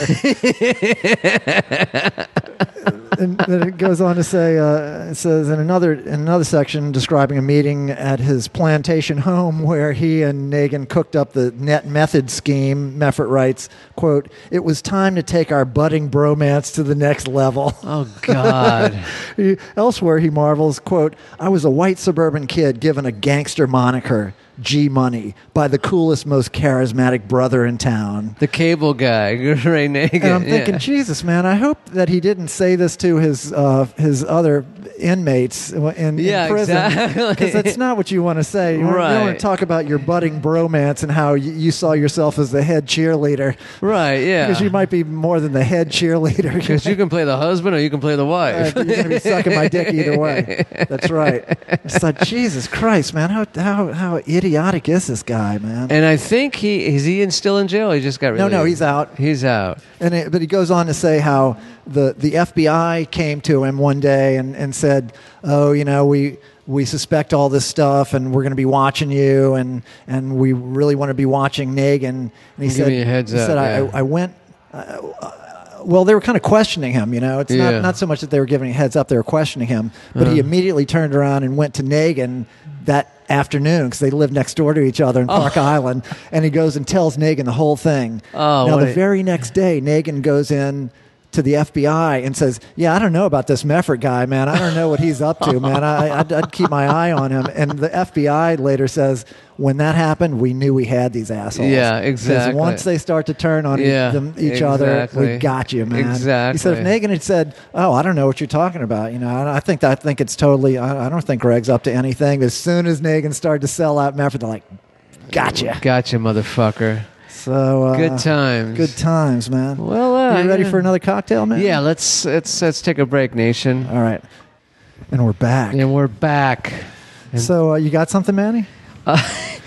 Speaker 1: and then it goes on to say, uh, it says in another in another section describing a meeting at his plantation home where he and Nagin cooked up the net method scheme. Meffert writes, "quote It was time to take our budding bromance to the next level."
Speaker 2: Oh God.
Speaker 1: He- Elsewhere, he marvels, quote, I was a white suburban kid given a gangster moniker, G Money, by the coolest, most charismatic brother in town.
Speaker 2: The cable guy, Ray Nagin.
Speaker 1: And I'm
Speaker 2: yeah.
Speaker 1: thinking, Jesus, man, I hope that he didn't say this to his uh, his other inmates in, in
Speaker 2: Yeah,
Speaker 1: prison.
Speaker 2: exactly.
Speaker 1: that's not what you want to say. You, want, you want
Speaker 2: Right.
Speaker 1: to talk about your budding bromance and how you, you saw yourself as the head cheerleader.
Speaker 2: Right, yeah.
Speaker 1: Because you might be more than the head cheerleader.
Speaker 2: Because you can play the husband or you can play the
Speaker 1: Uh,
Speaker 2: wife.
Speaker 1: you're going to be sucking my dick either way. That's right. It's like Jesus Christ, man. How how how idiotic is this guy, man?
Speaker 2: And I think he is he in, still in jail. Or he just got
Speaker 1: No,
Speaker 2: released.
Speaker 1: no, he's out.
Speaker 2: He's out.
Speaker 1: And it, but he goes on to say how the the FBI came to him one day and and said, oh, you know, we. We suspect all this stuff, and we're going to be watching you, and, and we really want to be watching Nagin. And he
Speaker 2: Give
Speaker 1: said,
Speaker 2: me a heads
Speaker 1: he
Speaker 2: up,
Speaker 1: said I,
Speaker 2: yeah.
Speaker 1: I, I went. Uh, uh, well, they were kind of questioning him. You know, it's
Speaker 2: Yeah.
Speaker 1: not not so much that they were giving a heads up; they were questioning him. But he
Speaker 2: Uh-huh.
Speaker 1: immediately turned around and went to Nagin that afternoon because they lived next door to each other in Park Island. And he goes and tells Nagin the whole thing.
Speaker 2: Oh,
Speaker 1: now
Speaker 2: what
Speaker 1: the
Speaker 2: a-
Speaker 1: very next day, Nagin goes in. To the FBI and says, "Yeah, I don't know about this Meffert guy, man. I don't know what he's up to, man. I, I'd, I'd keep my eye on him." And the FBI later says, "When that happened, we knew we had these assholes."
Speaker 2: Yeah,
Speaker 1: 'Cause
Speaker 2: exactly.
Speaker 1: Once they start to turn on e-,
Speaker 2: Yeah,
Speaker 1: them, each other, we
Speaker 2: exactly.
Speaker 1: got you, man. He said, "If
Speaker 2: Exactly.
Speaker 1: Nagin had said, oh, I don't know what you're talking about,' you know, I, I think I think it's totally. I, I don't think Greg's up to anything." As soon as Nagin started to sell out Mefford, they're like, "Gotcha."
Speaker 2: Gotcha, motherfucker.
Speaker 1: So uh,
Speaker 2: Good times.
Speaker 1: Good times, man.
Speaker 2: Well, uh,
Speaker 1: you ready
Speaker 2: yeah.
Speaker 1: for another cocktail, man?
Speaker 2: Yeah, let's let's let's take a break, nation.
Speaker 1: All right. And we're back.
Speaker 2: And we're back. and-
Speaker 1: So uh, you got something, Manny?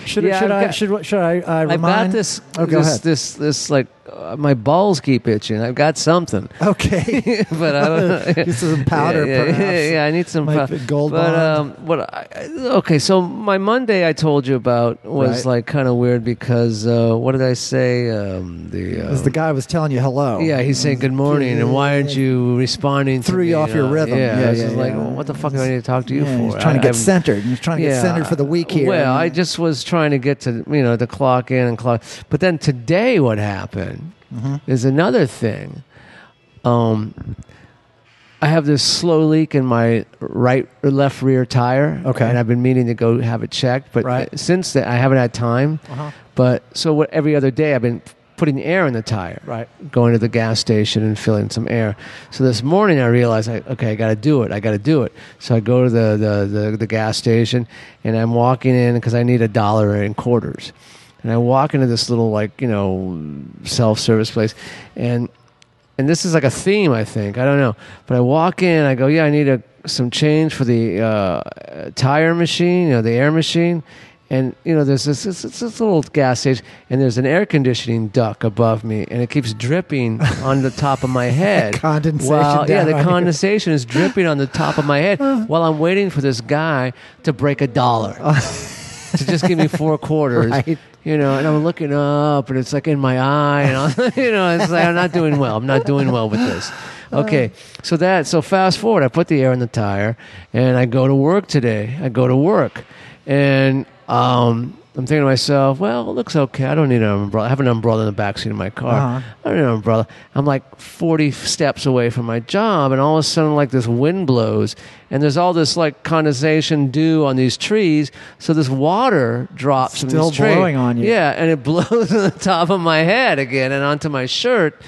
Speaker 1: Should,
Speaker 2: Uh, Yeah,
Speaker 1: should,
Speaker 2: I've
Speaker 1: I,
Speaker 2: got-
Speaker 1: should should I uh,
Speaker 2: I've
Speaker 1: remind?
Speaker 2: got this.
Speaker 1: Oh, go
Speaker 2: this,
Speaker 1: ahead.
Speaker 2: this this like uh, my balls keep itching. I've got something,
Speaker 1: Okay.
Speaker 2: but I don't know.
Speaker 1: This is some powder,
Speaker 2: yeah, yeah,
Speaker 1: perhaps.
Speaker 2: Yeah, yeah, I need some
Speaker 1: Might
Speaker 2: pow-
Speaker 1: be gold
Speaker 2: but,
Speaker 1: bond.
Speaker 2: Um, what? I, I- okay, so my Monday I told you about was
Speaker 1: Right.
Speaker 2: like kind of weird because uh, what did I say? Um, the um,
Speaker 1: As the guy was telling you hello.
Speaker 2: yeah, he's saying good morning, and why aren't you responding? to
Speaker 1: Threw you
Speaker 2: me?"
Speaker 1: off your
Speaker 2: Uh,
Speaker 1: rhythm.
Speaker 2: Yeah,
Speaker 1: Yeah,
Speaker 2: I was
Speaker 1: yeah,
Speaker 2: just like,
Speaker 1: yeah.
Speaker 2: well, what the fuck do I need to talk to you
Speaker 1: Yeah,
Speaker 2: for?
Speaker 1: he's trying to
Speaker 2: I-
Speaker 1: get
Speaker 2: I'm-
Speaker 1: centered. He's trying to get centered for the week here.
Speaker 2: Well,
Speaker 1: And-
Speaker 2: I just was trying to get to you know the clock in and clock, but then today what happened
Speaker 1: Mm-hmm. Uh-huh.
Speaker 2: is another thing. Um, I have this slow leak in my right or left rear tire.
Speaker 1: Okay.
Speaker 2: and I've been meaning to go have it checked, but
Speaker 1: Right.
Speaker 2: since then I haven't had time.
Speaker 1: Uh-huh.
Speaker 2: But so what? Every other day I've been putting air in the tire
Speaker 1: Right.
Speaker 2: going to the gas station and filling some air. So this morning I realized, I, okay, I got to do it. I got to do it. So I go to the, the, the, the gas station and I'm walking in because I need a dollar in quarters. And I walk into this little, like, you know, self service place. And and this is like a theme, I think. I don't know, but I walk in, I go, yeah, I need a, some change for the uh, tire machine, you know, the air machine, and you know, there's this, this, this, this little gas station, and there's an air conditioning duct above me, and it keeps dripping on the top of my head.
Speaker 1: Condensation
Speaker 2: While,
Speaker 1: down Uh.
Speaker 2: yeah, the
Speaker 1: on you.
Speaker 2: condensation is dripping on the top of my head while I'm waiting for this guy to break a dollar to just give me four quarters.
Speaker 1: Right.
Speaker 2: You know, and I'm looking up, and it's like in my eye, and I'm, you know, it's like I'm not doing well. I'm not doing well with this. Okay, so that so fast forward, I put the air in the tire, and I go to work today. I go to work, and um, I'm thinking to myself, well, it looks okay. I don't need an umbrella. I have an umbrella in the backseat of my car.
Speaker 1: Uh-huh.
Speaker 2: I don't need an umbrella. I'm like 40 steps away from my job, and all of a sudden, like this wind blows, and there's all this like condensation dew on these trees. So this water drops from
Speaker 1: Still
Speaker 2: this tree.
Speaker 1: blowing on you.
Speaker 2: Yeah, and it blows on the top of my head again and onto my shirt,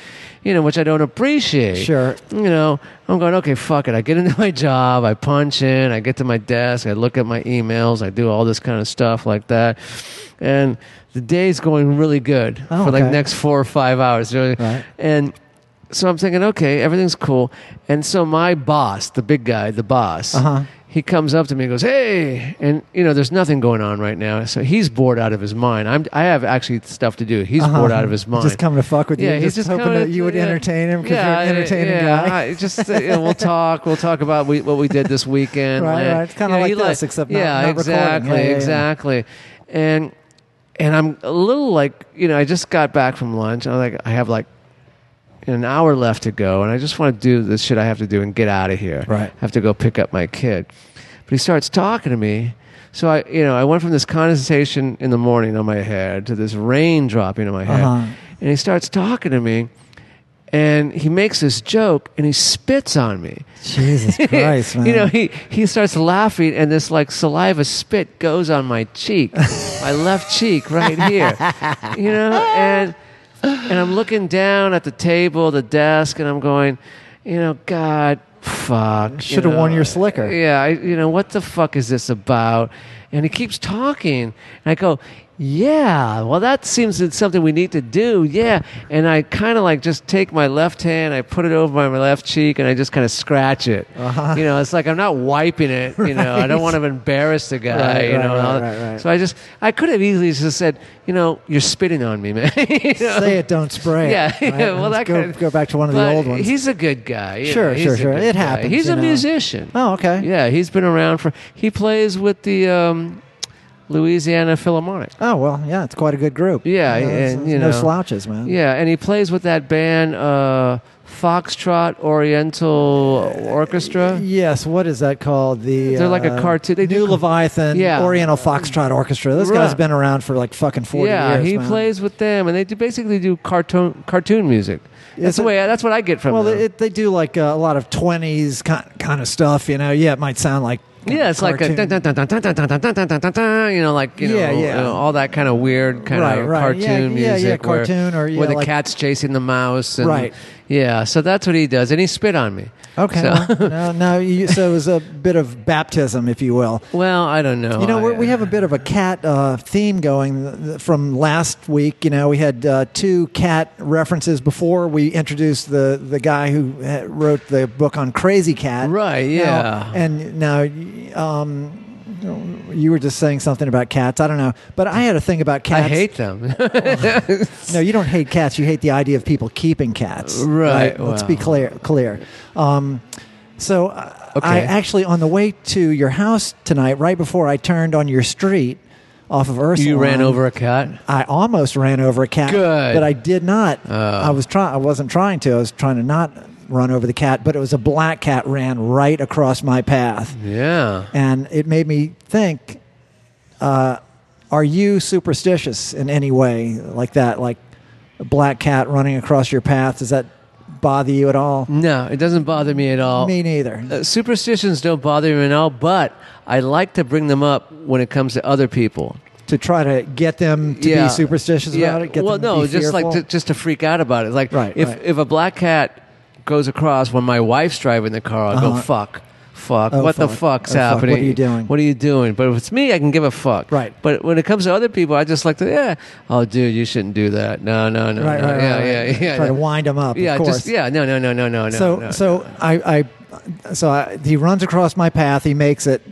Speaker 2: you know, which I don't appreciate.
Speaker 1: Sure.
Speaker 2: You know, I'm going, okay, fuck it. I get into my job, I punch in, I get to my desk, I look at my emails, I do all this kind of stuff like that. And the day's going really good
Speaker 1: Oh,
Speaker 2: for like
Speaker 1: okay.
Speaker 2: next four or five hours.
Speaker 1: Right.
Speaker 2: And so I'm thinking, okay, everything's cool. And so my boss, the big guy, the boss,
Speaker 1: Uh-huh.
Speaker 2: he comes up to me and goes, "Hey!" And you know, there's nothing going on right now, so he's bored out of his mind. I'm, I have actually stuff to do. He's
Speaker 1: Uh-huh.
Speaker 2: bored out of his mind.
Speaker 1: Just coming to fuck with you.
Speaker 2: Yeah, he's just
Speaker 1: hoping
Speaker 2: kinda-
Speaker 1: that you would
Speaker 2: yeah.
Speaker 1: entertain him because
Speaker 2: Yeah,
Speaker 1: you're an entertaining
Speaker 2: yeah,
Speaker 1: guy.
Speaker 2: I- just uh, you know, we'll talk. We'll talk about we, what we did this weekend.
Speaker 1: Right,
Speaker 2: like-
Speaker 1: right. It's kinda
Speaker 2: you know,
Speaker 1: like
Speaker 2: he
Speaker 1: this, except not-
Speaker 2: yeah,
Speaker 1: not recording. Yeah,
Speaker 2: exactly,
Speaker 1: yeah, yeah.
Speaker 2: exactly. And and I'm a little like you know, I just got back from lunch. I'm like, I have like an hour left to go, and I just want to do the shit I have to do and get out of here.
Speaker 1: Right.
Speaker 2: I have to go pick up my kid. But he starts talking to me. So I, you know, I went from this condensation in the morning on my head to this rain dropping on my head,
Speaker 1: Uh-huh.
Speaker 2: and he starts talking to me, and he makes this joke, and he spits on me.
Speaker 1: Jesus Christ, man.
Speaker 2: You know, he, he starts laughing, and this like saliva spit goes on my cheek, my left cheek right here. You know, and and I'm looking down at the table, the desk, and I'm going, you know, God, fuck. you
Speaker 1: Shoulda
Speaker 2: know.
Speaker 1: worn your slicker.
Speaker 2: Yeah, I, you know, what the fuck is this about? And he keeps talking, and I go. Yeah, well, that seems it's something we need to do. Yeah, and I kind of like just take my left hand, I put it over my left cheek, and I just kind of scratch it.
Speaker 1: Uh-huh.
Speaker 2: You know, it's like I'm not wiping it. You know, I don't want to embarrass the guy.
Speaker 1: Right,
Speaker 2: you
Speaker 1: right,
Speaker 2: know, and
Speaker 1: right,
Speaker 2: all-
Speaker 1: right, right.
Speaker 2: so I just I could have easily just said, you know, you're spitting on me, man. You know?
Speaker 1: Say it, don't spray. it,
Speaker 2: Yeah,
Speaker 1: right?
Speaker 2: yeah, well,
Speaker 1: Let's
Speaker 2: that
Speaker 1: go,
Speaker 2: kind of-
Speaker 1: go back to one of the
Speaker 2: But
Speaker 1: old ones.
Speaker 2: He's a good guy. you
Speaker 1: Sure,
Speaker 2: know, he's
Speaker 1: sure,
Speaker 2: a
Speaker 1: sure.
Speaker 2: good
Speaker 1: It
Speaker 2: guy.
Speaker 1: happens,
Speaker 2: He's
Speaker 1: you
Speaker 2: a
Speaker 1: know.
Speaker 2: musician.
Speaker 1: oh, okay.
Speaker 2: Yeah, he's been around for. He plays with the um, Louisiana Philharmonic.
Speaker 1: Oh well, yeah, it's quite a good group.
Speaker 2: Yeah,
Speaker 1: You know, it's-
Speaker 2: and,
Speaker 1: it's
Speaker 2: you
Speaker 1: no
Speaker 2: know.
Speaker 1: slouches, man.
Speaker 2: Yeah, and he plays with that band, uh, Foxtrot Oriental Orchestra.
Speaker 1: Yes, what is that called? The
Speaker 2: They're like a
Speaker 1: uh,
Speaker 2: cartoon- they do
Speaker 1: New
Speaker 2: co-
Speaker 1: Leviathan,
Speaker 2: Yeah.
Speaker 1: Oriental Foxtrot Orchestra. This
Speaker 2: Right.
Speaker 1: guy's been around for like fucking forty
Speaker 2: yeah,
Speaker 1: years.
Speaker 2: he
Speaker 1: man.
Speaker 2: plays with them, and they do basically do cartoon cartoon music. That's
Speaker 1: It's
Speaker 2: the
Speaker 1: a-
Speaker 2: way. That's what I get from
Speaker 1: Well,
Speaker 2: them.
Speaker 1: it, they do like uh, a lot of twenties kind, kind of stuff, you know. Yeah, it might sound like
Speaker 2: yeah, it's like a
Speaker 1: cartoon.
Speaker 2: dun, dun, dun, dun, dun, dun, dun, dun, dun, dun, dun, dun, you know, like you
Speaker 1: Yeah,
Speaker 2: know,
Speaker 1: yeah.
Speaker 2: you know, all that kind of weird kind
Speaker 1: Right,
Speaker 2: of
Speaker 1: right.
Speaker 2: cartoon
Speaker 1: Yeah, yeah, yeah,
Speaker 2: music, where-
Speaker 1: cartoon or, yeah,
Speaker 2: where the
Speaker 1: like-
Speaker 2: cat's chasing the mouse, and,
Speaker 1: Right.
Speaker 2: Yeah, so that's what he does, and he spit on me.
Speaker 1: okay.
Speaker 2: So-
Speaker 1: well, no, no. You, so it was a bit of baptism, if you will.
Speaker 2: Well, I don't know.
Speaker 1: You know,
Speaker 2: I-
Speaker 1: we're, we have a bit of a cat uh, theme going th- th- from last week. You know, we had uh, two cat references before we introduced the, the guy who ha- wrote the book on Crazy Cat.
Speaker 2: Right,
Speaker 1: Now-
Speaker 2: yeah.
Speaker 1: and now, y- um, you were just saying something about cats. I don't know, but I had a thing about
Speaker 2: I
Speaker 1: cats.
Speaker 2: hate them.
Speaker 1: No, you don't hate cats. You hate the idea of people keeping cats.
Speaker 2: Uh, Right,
Speaker 1: Let's be
Speaker 2: well.
Speaker 1: clear. Clear. Um, so uh, I- I
Speaker 2: Okay.
Speaker 1: actually, on the way to your house tonight, right before I turned on your street off of Ursula,
Speaker 2: you ran over a cat.
Speaker 1: I almost ran over a cat.
Speaker 2: Good.
Speaker 1: But I did not.
Speaker 2: Oh.
Speaker 1: I was trying. I wasn't trying to. I was trying to not run over the cat. But it was a black cat ran right across my path,
Speaker 2: Yeah.
Speaker 1: and it made me think. Uh, are you superstitious in any way like that? Like a black cat running across your path? Does that bother you at all?
Speaker 2: No, it doesn't bother me at all.
Speaker 1: Me neither.
Speaker 2: Uh, superstitions don't bother me at all, but I like to bring them up when it comes to other people.
Speaker 1: to try to get them to be superstitious about it? Get
Speaker 2: well,
Speaker 1: them to
Speaker 2: no,
Speaker 1: be
Speaker 2: just like
Speaker 1: fearful?
Speaker 2: to, just to freak out about it. Like
Speaker 1: Right,
Speaker 2: if
Speaker 1: right.
Speaker 2: if a black cat goes across when my wife's driving the car, I'll
Speaker 1: Uh-huh.
Speaker 2: go fuck. Fuck!
Speaker 1: Oh,
Speaker 2: what the
Speaker 1: fuck.
Speaker 2: fuck's
Speaker 1: Oh, fuck.
Speaker 2: happening?
Speaker 1: What are you doing?
Speaker 2: What are you doing? But if it's me, I can give a fuck.
Speaker 1: Right.
Speaker 2: But when it comes to other people, I just like to yeah. Oh, dude, you shouldn't do that. No, no, no.
Speaker 1: right,
Speaker 2: no.
Speaker 1: right,
Speaker 2: yeah,
Speaker 1: right,
Speaker 2: yeah,
Speaker 1: right.
Speaker 2: yeah,
Speaker 1: Try to wind them up.
Speaker 2: yeah.
Speaker 1: of course.
Speaker 2: Just yeah. No, no, no, no, no, no.
Speaker 1: so
Speaker 2: no.
Speaker 1: so I, I so I, he runs across my path. He makes it,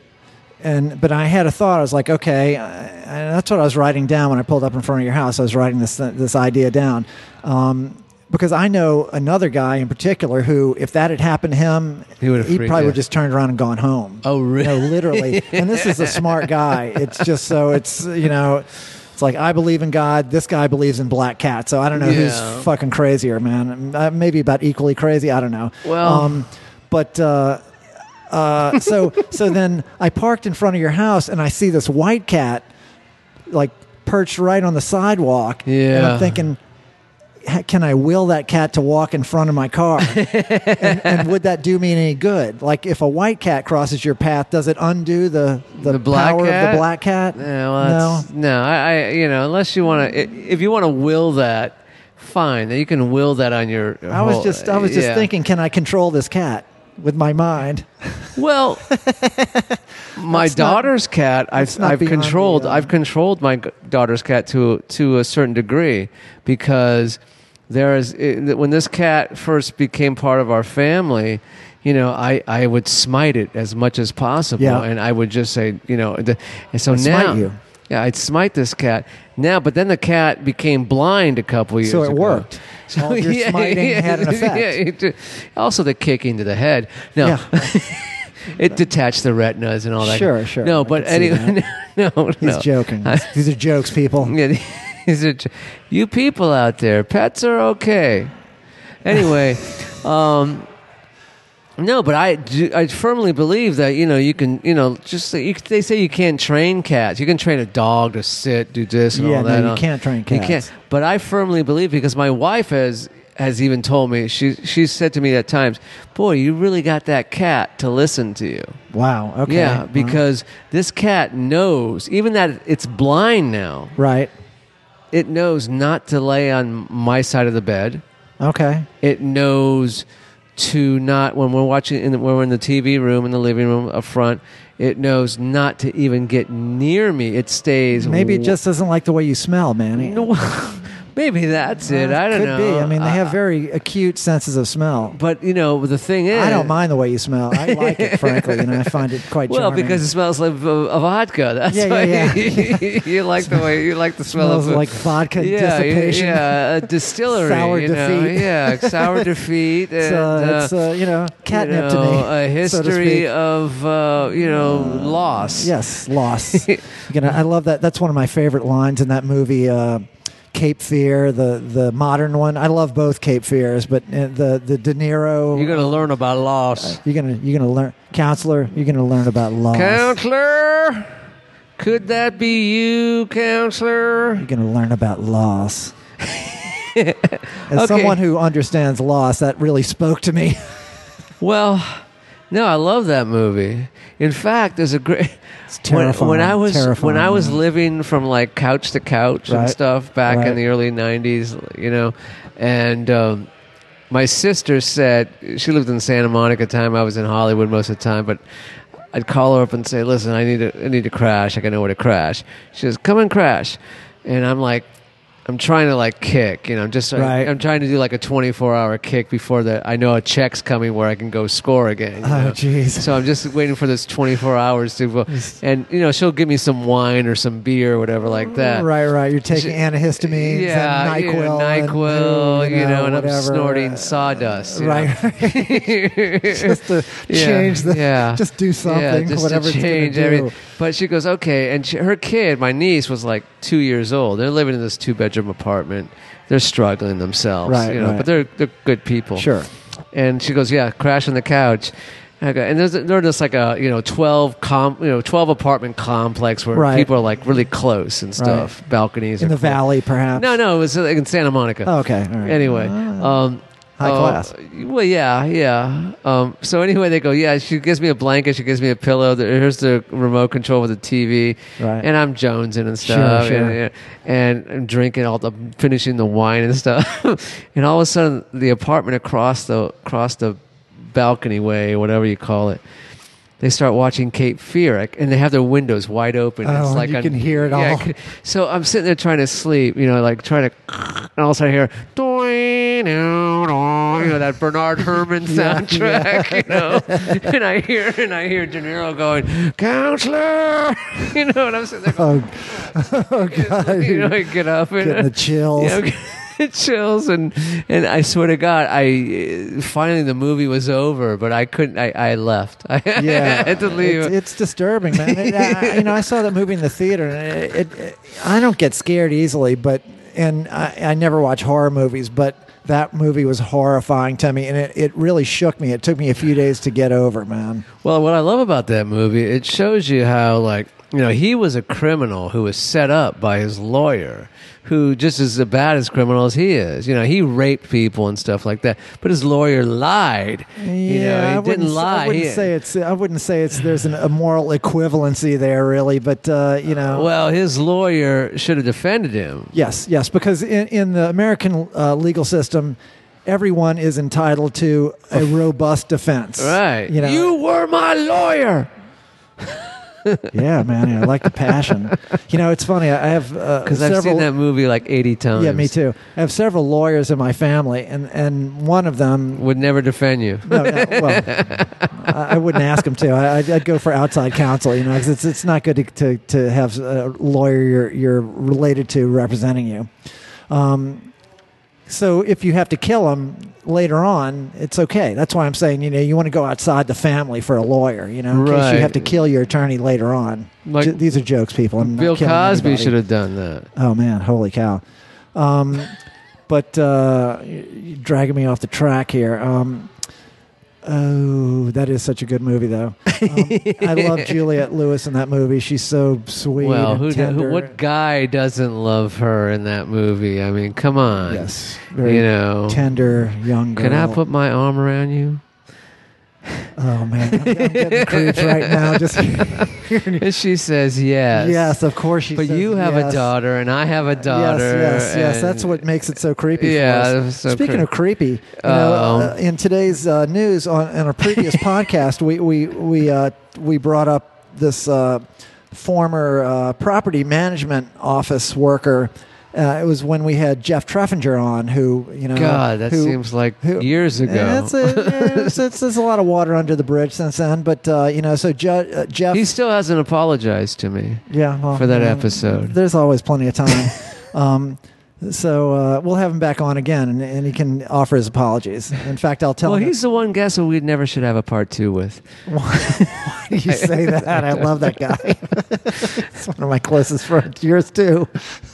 Speaker 1: and but I had a thought. I was like, okay, uh, and that's what I was writing down when I pulled up in front of your house. I was writing this this idea down. Um, because I know another guy in particular who, if that had happened to him,
Speaker 2: He would've
Speaker 1: he
Speaker 2: freaked
Speaker 1: probably
Speaker 2: out.
Speaker 1: would have just turned around and gone home.
Speaker 2: Oh, really?
Speaker 1: No, literally. And this is a smart guy. It's just so it's you know, it's like I believe in God. This guy believes in black cat. So I don't know
Speaker 2: Yeah.
Speaker 1: who's fucking crazier, man. Uh, Maybe about equally crazy. I don't know. Um,
Speaker 2: Well-
Speaker 1: but. Uh, uh, so so then I parked in front of your house and I see this white cat like perched right on the sidewalk. And
Speaker 2: Yeah.
Speaker 1: I'm thinking, "Ha- can I will that cat to walk in front of my car? and, and would that do me any good? Like if a white cat crosses your path, does it undo the, the,
Speaker 2: The black
Speaker 1: power of
Speaker 2: cat?
Speaker 1: the black cat?
Speaker 2: Yeah, well, that's, no, I, I, you know, unless you want to, if you want to will that, fine. Then you can will that on your.
Speaker 1: I was just I was just
Speaker 2: Oh, yeah.
Speaker 1: thinking, can I control this cat with my mind?
Speaker 2: Well, my
Speaker 1: not-
Speaker 2: daughter's cat, I've,
Speaker 1: that's not
Speaker 2: I've
Speaker 1: beyond the,
Speaker 2: controlled.
Speaker 1: uh,
Speaker 2: I've controlled my g- daughter's cat to to a certain degree because there is it, when this cat first became part of our family. You know, I, I would smite it as much as possible,
Speaker 1: Yeah.
Speaker 2: and I would just say, you know, the, and so
Speaker 1: I'd smite
Speaker 2: now,
Speaker 1: you.
Speaker 2: yeah, I'd smite this cat now. But then the cat became blind a couple years.
Speaker 1: So it
Speaker 2: ago.
Speaker 1: worked. All your smiting had an effect.
Speaker 2: yeah, it did. also the kicking to the head. No,
Speaker 1: Yeah.
Speaker 2: it detached the retinas and all that.
Speaker 1: Sure, sure. I
Speaker 2: No, but
Speaker 1: could see
Speaker 2: anyway, no, no,
Speaker 1: He's joking. These are jokes, people.
Speaker 2: Yeah, these are j- you people out there. Pets are okay. Anyway, um, no, but I do, I firmly believe that you know you can you know just you, they say you can't train cats. You can train a dog to sit, do this, and
Speaker 1: yeah,
Speaker 2: all that.
Speaker 1: no,
Speaker 2: Uh,
Speaker 1: you can't train
Speaker 2: you
Speaker 1: cats.
Speaker 2: can't. But I firmly believe because my wife has has even told me she she said to me at times, "Boy, you really got that cat to listen to you."
Speaker 1: Wow. Okay. uh-huh.
Speaker 2: Yeah,
Speaker 1: Wow.
Speaker 2: because this cat knows, even that it's blind now,
Speaker 1: right.
Speaker 2: it knows not to lay on my side of the bed.
Speaker 1: Okay.
Speaker 2: It knows to not when we're watching in the, when we're in the TV room in the living room up front. It knows not to even get near me. It stays
Speaker 1: Maybe it
Speaker 2: w-
Speaker 1: just doesn't like the way you smell, man.
Speaker 2: No, maybe that's it.
Speaker 1: Uh,
Speaker 2: I don't
Speaker 1: could
Speaker 2: know.
Speaker 1: be. I mean, they have
Speaker 2: I-
Speaker 1: very acute senses of smell.
Speaker 2: but you know the thing is,
Speaker 1: I don't mind the way you smell. I like it, frankly, and I find it quite
Speaker 2: Well,
Speaker 1: charming.
Speaker 2: because it smells like v- of vodka. That's
Speaker 1: Yeah,
Speaker 2: why
Speaker 1: yeah,
Speaker 2: you like the way you like the smell
Speaker 1: smells
Speaker 2: of
Speaker 1: like vodka
Speaker 2: yeah,
Speaker 1: dissipation.
Speaker 2: yeah, a distillery.
Speaker 1: Sour
Speaker 2: you know,
Speaker 1: defeat.
Speaker 2: Yeah, sour defeat.
Speaker 1: It's,
Speaker 2: and,
Speaker 1: uh, it's
Speaker 2: uh,
Speaker 1: uh, you know catnip
Speaker 2: you know,
Speaker 1: to me.
Speaker 2: A
Speaker 1: so to
Speaker 2: history
Speaker 1: speak.
Speaker 2: of uh, you know loss.
Speaker 1: Yes, loss. you know, I love that. That's one of my favorite lines in that movie, uh, Cape Fear, the the modern one. I love both Cape Fears, but uh, the the De Niro.
Speaker 2: You're gonna learn about loss,
Speaker 1: you're gonna you're gonna learn counselor. You're gonna learn about loss.
Speaker 2: counselor. Could that be you, counselor?
Speaker 1: you're gonna learn about loss. As
Speaker 2: Okay.
Speaker 1: someone who understands loss, that really spoke to me.
Speaker 2: Well, no, I love that movie. In fact, there's a great.
Speaker 1: It's
Speaker 2: When-
Speaker 1: terrifying.
Speaker 2: When, I was
Speaker 1: terrifying,
Speaker 2: when I was
Speaker 1: man.
Speaker 2: living from like couch to couch
Speaker 1: Right.
Speaker 2: and stuff back
Speaker 1: Right.
Speaker 2: in the early '90s, you know, and um, my sister said she lived in Santa Monica. at the Time I was in Hollywood most of the time, but I'd call her up and say, "Listen, I need to I need to crash. I got nowhere to crash." She says, "Come and crash," and I'm like. I'm trying to like kick, you know. I'm just
Speaker 1: Right.
Speaker 2: I'm trying to do like a 24 hour kick before that. I know a check's coming where I can go score again. you
Speaker 1: Oh
Speaker 2: know?
Speaker 1: jeez.
Speaker 2: So I'm just waiting for this 24 hours to go. And, you know, she'll give me some wine or some beer or whatever like that.
Speaker 1: Mm, Right, right. You're taking
Speaker 2: She-
Speaker 1: antihistamines
Speaker 2: Yeah,
Speaker 1: and
Speaker 2: you
Speaker 1: NyQuil.
Speaker 2: know,
Speaker 1: and,
Speaker 2: NyQuil, you know, and
Speaker 1: whatever.
Speaker 2: I'm snorting sawdust. you
Speaker 1: Right.
Speaker 2: know.
Speaker 1: just to
Speaker 2: Yeah,
Speaker 1: change the
Speaker 2: yeah.
Speaker 1: just do something
Speaker 2: yeah, just
Speaker 1: whatever
Speaker 2: to
Speaker 1: it's
Speaker 2: change
Speaker 1: gonna
Speaker 2: everything.
Speaker 1: do.
Speaker 2: But she goes, okay. And she, her kid, my niece, was like two years old. They're living in this two bedroom apartment. They're struggling themselves,
Speaker 1: Right,
Speaker 2: you know,
Speaker 1: right.
Speaker 2: but they're they're good people.
Speaker 1: Sure.
Speaker 2: And she goes, "Yeah, crash on the couch." And I go, and there's they're just like a you know twelve com you know twelve apartment complex where
Speaker 1: Right.
Speaker 2: people are like really close and stuff, balconies
Speaker 1: In
Speaker 2: are
Speaker 1: the
Speaker 2: close.
Speaker 1: valley perhaps.
Speaker 2: No, no, it was like in Santa Monica.
Speaker 1: Oh, okay. All right.
Speaker 2: Anyway,
Speaker 1: Ah,
Speaker 2: um,
Speaker 1: high
Speaker 2: uh,
Speaker 1: class.
Speaker 2: Well, yeah, yeah. Um, so anyway, they go, "Yeah." She gives me a blanket. She gives me a pillow. There- Here's the remote control with the TV,
Speaker 1: Right.
Speaker 2: and I'm jonesing and
Speaker 1: Sure,
Speaker 2: stuff,
Speaker 1: sure.
Speaker 2: And, and I'm drinking all the finishing the wine and stuff. and all of a sudden, the apartment across the across the balcony way, whatever you call it. They start watching Cape Fear, like, and they have their windows wide open.
Speaker 1: Oh,
Speaker 2: it's
Speaker 1: and
Speaker 2: like
Speaker 1: you
Speaker 2: on-
Speaker 1: can hear it
Speaker 2: yeah, I
Speaker 1: all.
Speaker 2: could- so I'm sitting there trying to sleep, you know, like trying to, and all of a sudden I hear, "Doing, oh, oh," you know, that Bernard Herman
Speaker 1: Yeah,
Speaker 2: soundtrack, you know, and I hear, and I hear De Niro going, counselor, you know, and I'm sitting there going,
Speaker 1: Oh, oh God.
Speaker 2: you know, I get up and
Speaker 1: Getting the chills.
Speaker 2: yeah, it chills and and I swear to God, I uh, finally the movie was over, but I couldn't. I, I left. I had to leave.
Speaker 1: It's, it's disturbing, man. It- I, you know, I saw that movie in the theater, and it, it, I don't get scared easily, but and I, I never watch horror movies, but that movie was horrifying to me, and it, it really shook me. It took me a few days to get over, man.
Speaker 2: Well, what I love about that movie, it shows you how, like, you know, he was a criminal who was set up by his lawyer, who just is as bad as criminal as he is. You know, he raped people and stuff like that, but his lawyer lied. you know, he
Speaker 1: I wouldn't,
Speaker 2: didn't
Speaker 1: s-
Speaker 2: lie.
Speaker 1: I wouldn't
Speaker 2: He-
Speaker 1: say it's. I wouldn't say it's. There's an, a moral equivalency there, really, but uh, you know.
Speaker 2: well, his lawyer should have defended him.
Speaker 1: Yes, yes, because in, in the American uh, legal system, everyone is entitled to a robust defense.
Speaker 2: Right.
Speaker 1: You know.
Speaker 2: were my lawyer.
Speaker 1: yeah, man. I like the passion. you know, it's funny. I I have
Speaker 2: Because
Speaker 1: because uh,
Speaker 2: I've seen
Speaker 1: several.
Speaker 2: that movie like 80 times.
Speaker 1: yeah, me too. I have several lawyers in my family, and and one of them.
Speaker 2: Would never defend you.
Speaker 1: No, no, well, I, I wouldn't ask him to. I, I'd, I'd go for outside counsel, you know, 'cause it's it's not good to to, to have a lawyer you're, you're related to representing you. Um, so if you have to kill him later on, it's okay. That's why I'm saying, you know, you want to go outside the family for a lawyer, you know, in case you
Speaker 2: Right.
Speaker 1: have to kill your attorney later on.
Speaker 2: Like-
Speaker 1: J- these are jokes, people. I'm not
Speaker 2: Bill
Speaker 1: killing
Speaker 2: Cosby
Speaker 1: anybody.
Speaker 2: should have done that.
Speaker 1: Oh man, holy cow! Um, but uh, you're dragging me off the track here. Um, oh, that is such a good movie, though. Um, I love Juliette Lewis in that movie. She's so sweet.
Speaker 2: Well,
Speaker 1: and
Speaker 2: who,
Speaker 1: tender.
Speaker 2: who, what guy doesn't love her in that movie? I mean, come on.
Speaker 1: Yes, very
Speaker 2: You know,
Speaker 1: tender young girl.
Speaker 2: can I put my arm around you?
Speaker 1: Oh man, I'm, I'm getting creeps right now. Just yes.
Speaker 2: And she says yes.
Speaker 1: of course. She
Speaker 2: But
Speaker 1: says
Speaker 2: you have
Speaker 1: yes.
Speaker 2: a daughter, and I have a daughter.
Speaker 1: Yes, yes, yes.
Speaker 2: and-
Speaker 1: That's what makes it so creepy. for
Speaker 2: Yeah,
Speaker 1: us.
Speaker 2: it was so
Speaker 1: Speaking
Speaker 2: cre-
Speaker 1: of creepy, you know, uh,
Speaker 2: Um.
Speaker 1: in today's uh, news on, on our previous podcast, we we we uh, we brought up this uh, former uh, property management office worker. Uh, it was when we had Jeff Treffinger on, who you know,
Speaker 2: God, that
Speaker 1: who,
Speaker 2: seems like
Speaker 1: who-
Speaker 2: years ago.
Speaker 1: Yeah, That's a, yeah, it's, it's, there's a lot of water under the bridge since then, but uh, you know, so Je- uh, Jeff,
Speaker 2: he still hasn't apologized to me.
Speaker 1: yeah, well,
Speaker 2: for that
Speaker 1: yeah,
Speaker 2: episode.
Speaker 1: There's always plenty of time. um, so uh, we'll have him back on again, and, and he can offer his apologies. In fact, I'll tell
Speaker 2: Well,
Speaker 1: him.
Speaker 2: he's the one guest that we never should have a part two with.
Speaker 1: that- you say that. I love that guy. It's one of my closest friends. Yours too.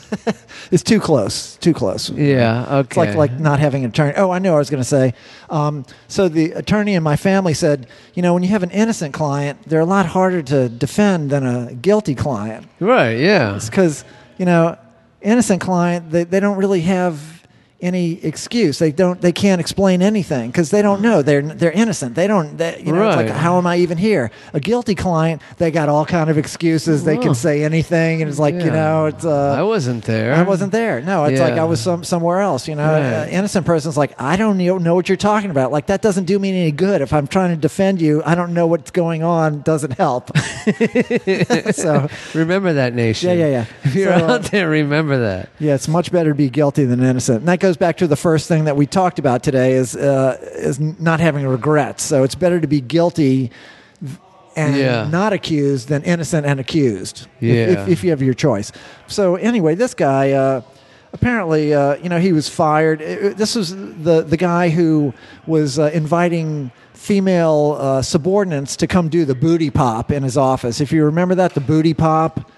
Speaker 1: it's too close. Too close.
Speaker 2: Yeah. Okay.
Speaker 1: It's like like not having an attorney. Oh, I knew what I was going to say. Um, so the attorney in my family said, you know, when you have an innocent client, they're a lot harder to defend than a guilty client
Speaker 2: right. Yeah.
Speaker 1: because you know, innocent client they, they don't really have any excuse. They don't they can't explain anything because they don't know they're they're innocent. They don't they, you know it's like
Speaker 2: Right.
Speaker 1: how am I even here? A guilty client they got all kind of excuses. They
Speaker 2: Well,
Speaker 1: can say anything and it's like you
Speaker 2: yeah.
Speaker 1: know it's uh,
Speaker 2: I wasn't there.
Speaker 1: I wasn't there. No, it's like
Speaker 2: Yeah.
Speaker 1: I was some, somewhere else. You know,
Speaker 2: Right.
Speaker 1: Uh, innocent person's like, I don't know, know what you're talking about. Like that doesn't do me any good. If I'm trying to defend you, I don't know what's going on. Doesn't help. so
Speaker 2: Remember that nation.
Speaker 1: yeah, yeah, yeah.
Speaker 2: If you're
Speaker 1: So, uh,
Speaker 2: out there, remember that.
Speaker 1: yeah, it's much better to be guilty than innocent. And that goes back to the first thing that we talked about today is uh, is not having regrets. So it's better to be guilty and
Speaker 2: Yeah.
Speaker 1: not accused than innocent and accused. if-
Speaker 2: Yeah.
Speaker 1: If, if you have your choice. So anyway, this guy uh, apparently, uh, you know, he was fired. It- it- This was the the guy who was uh, inviting female uh, subordinates to come do the booty pop in his office. If you remember that, the booty pop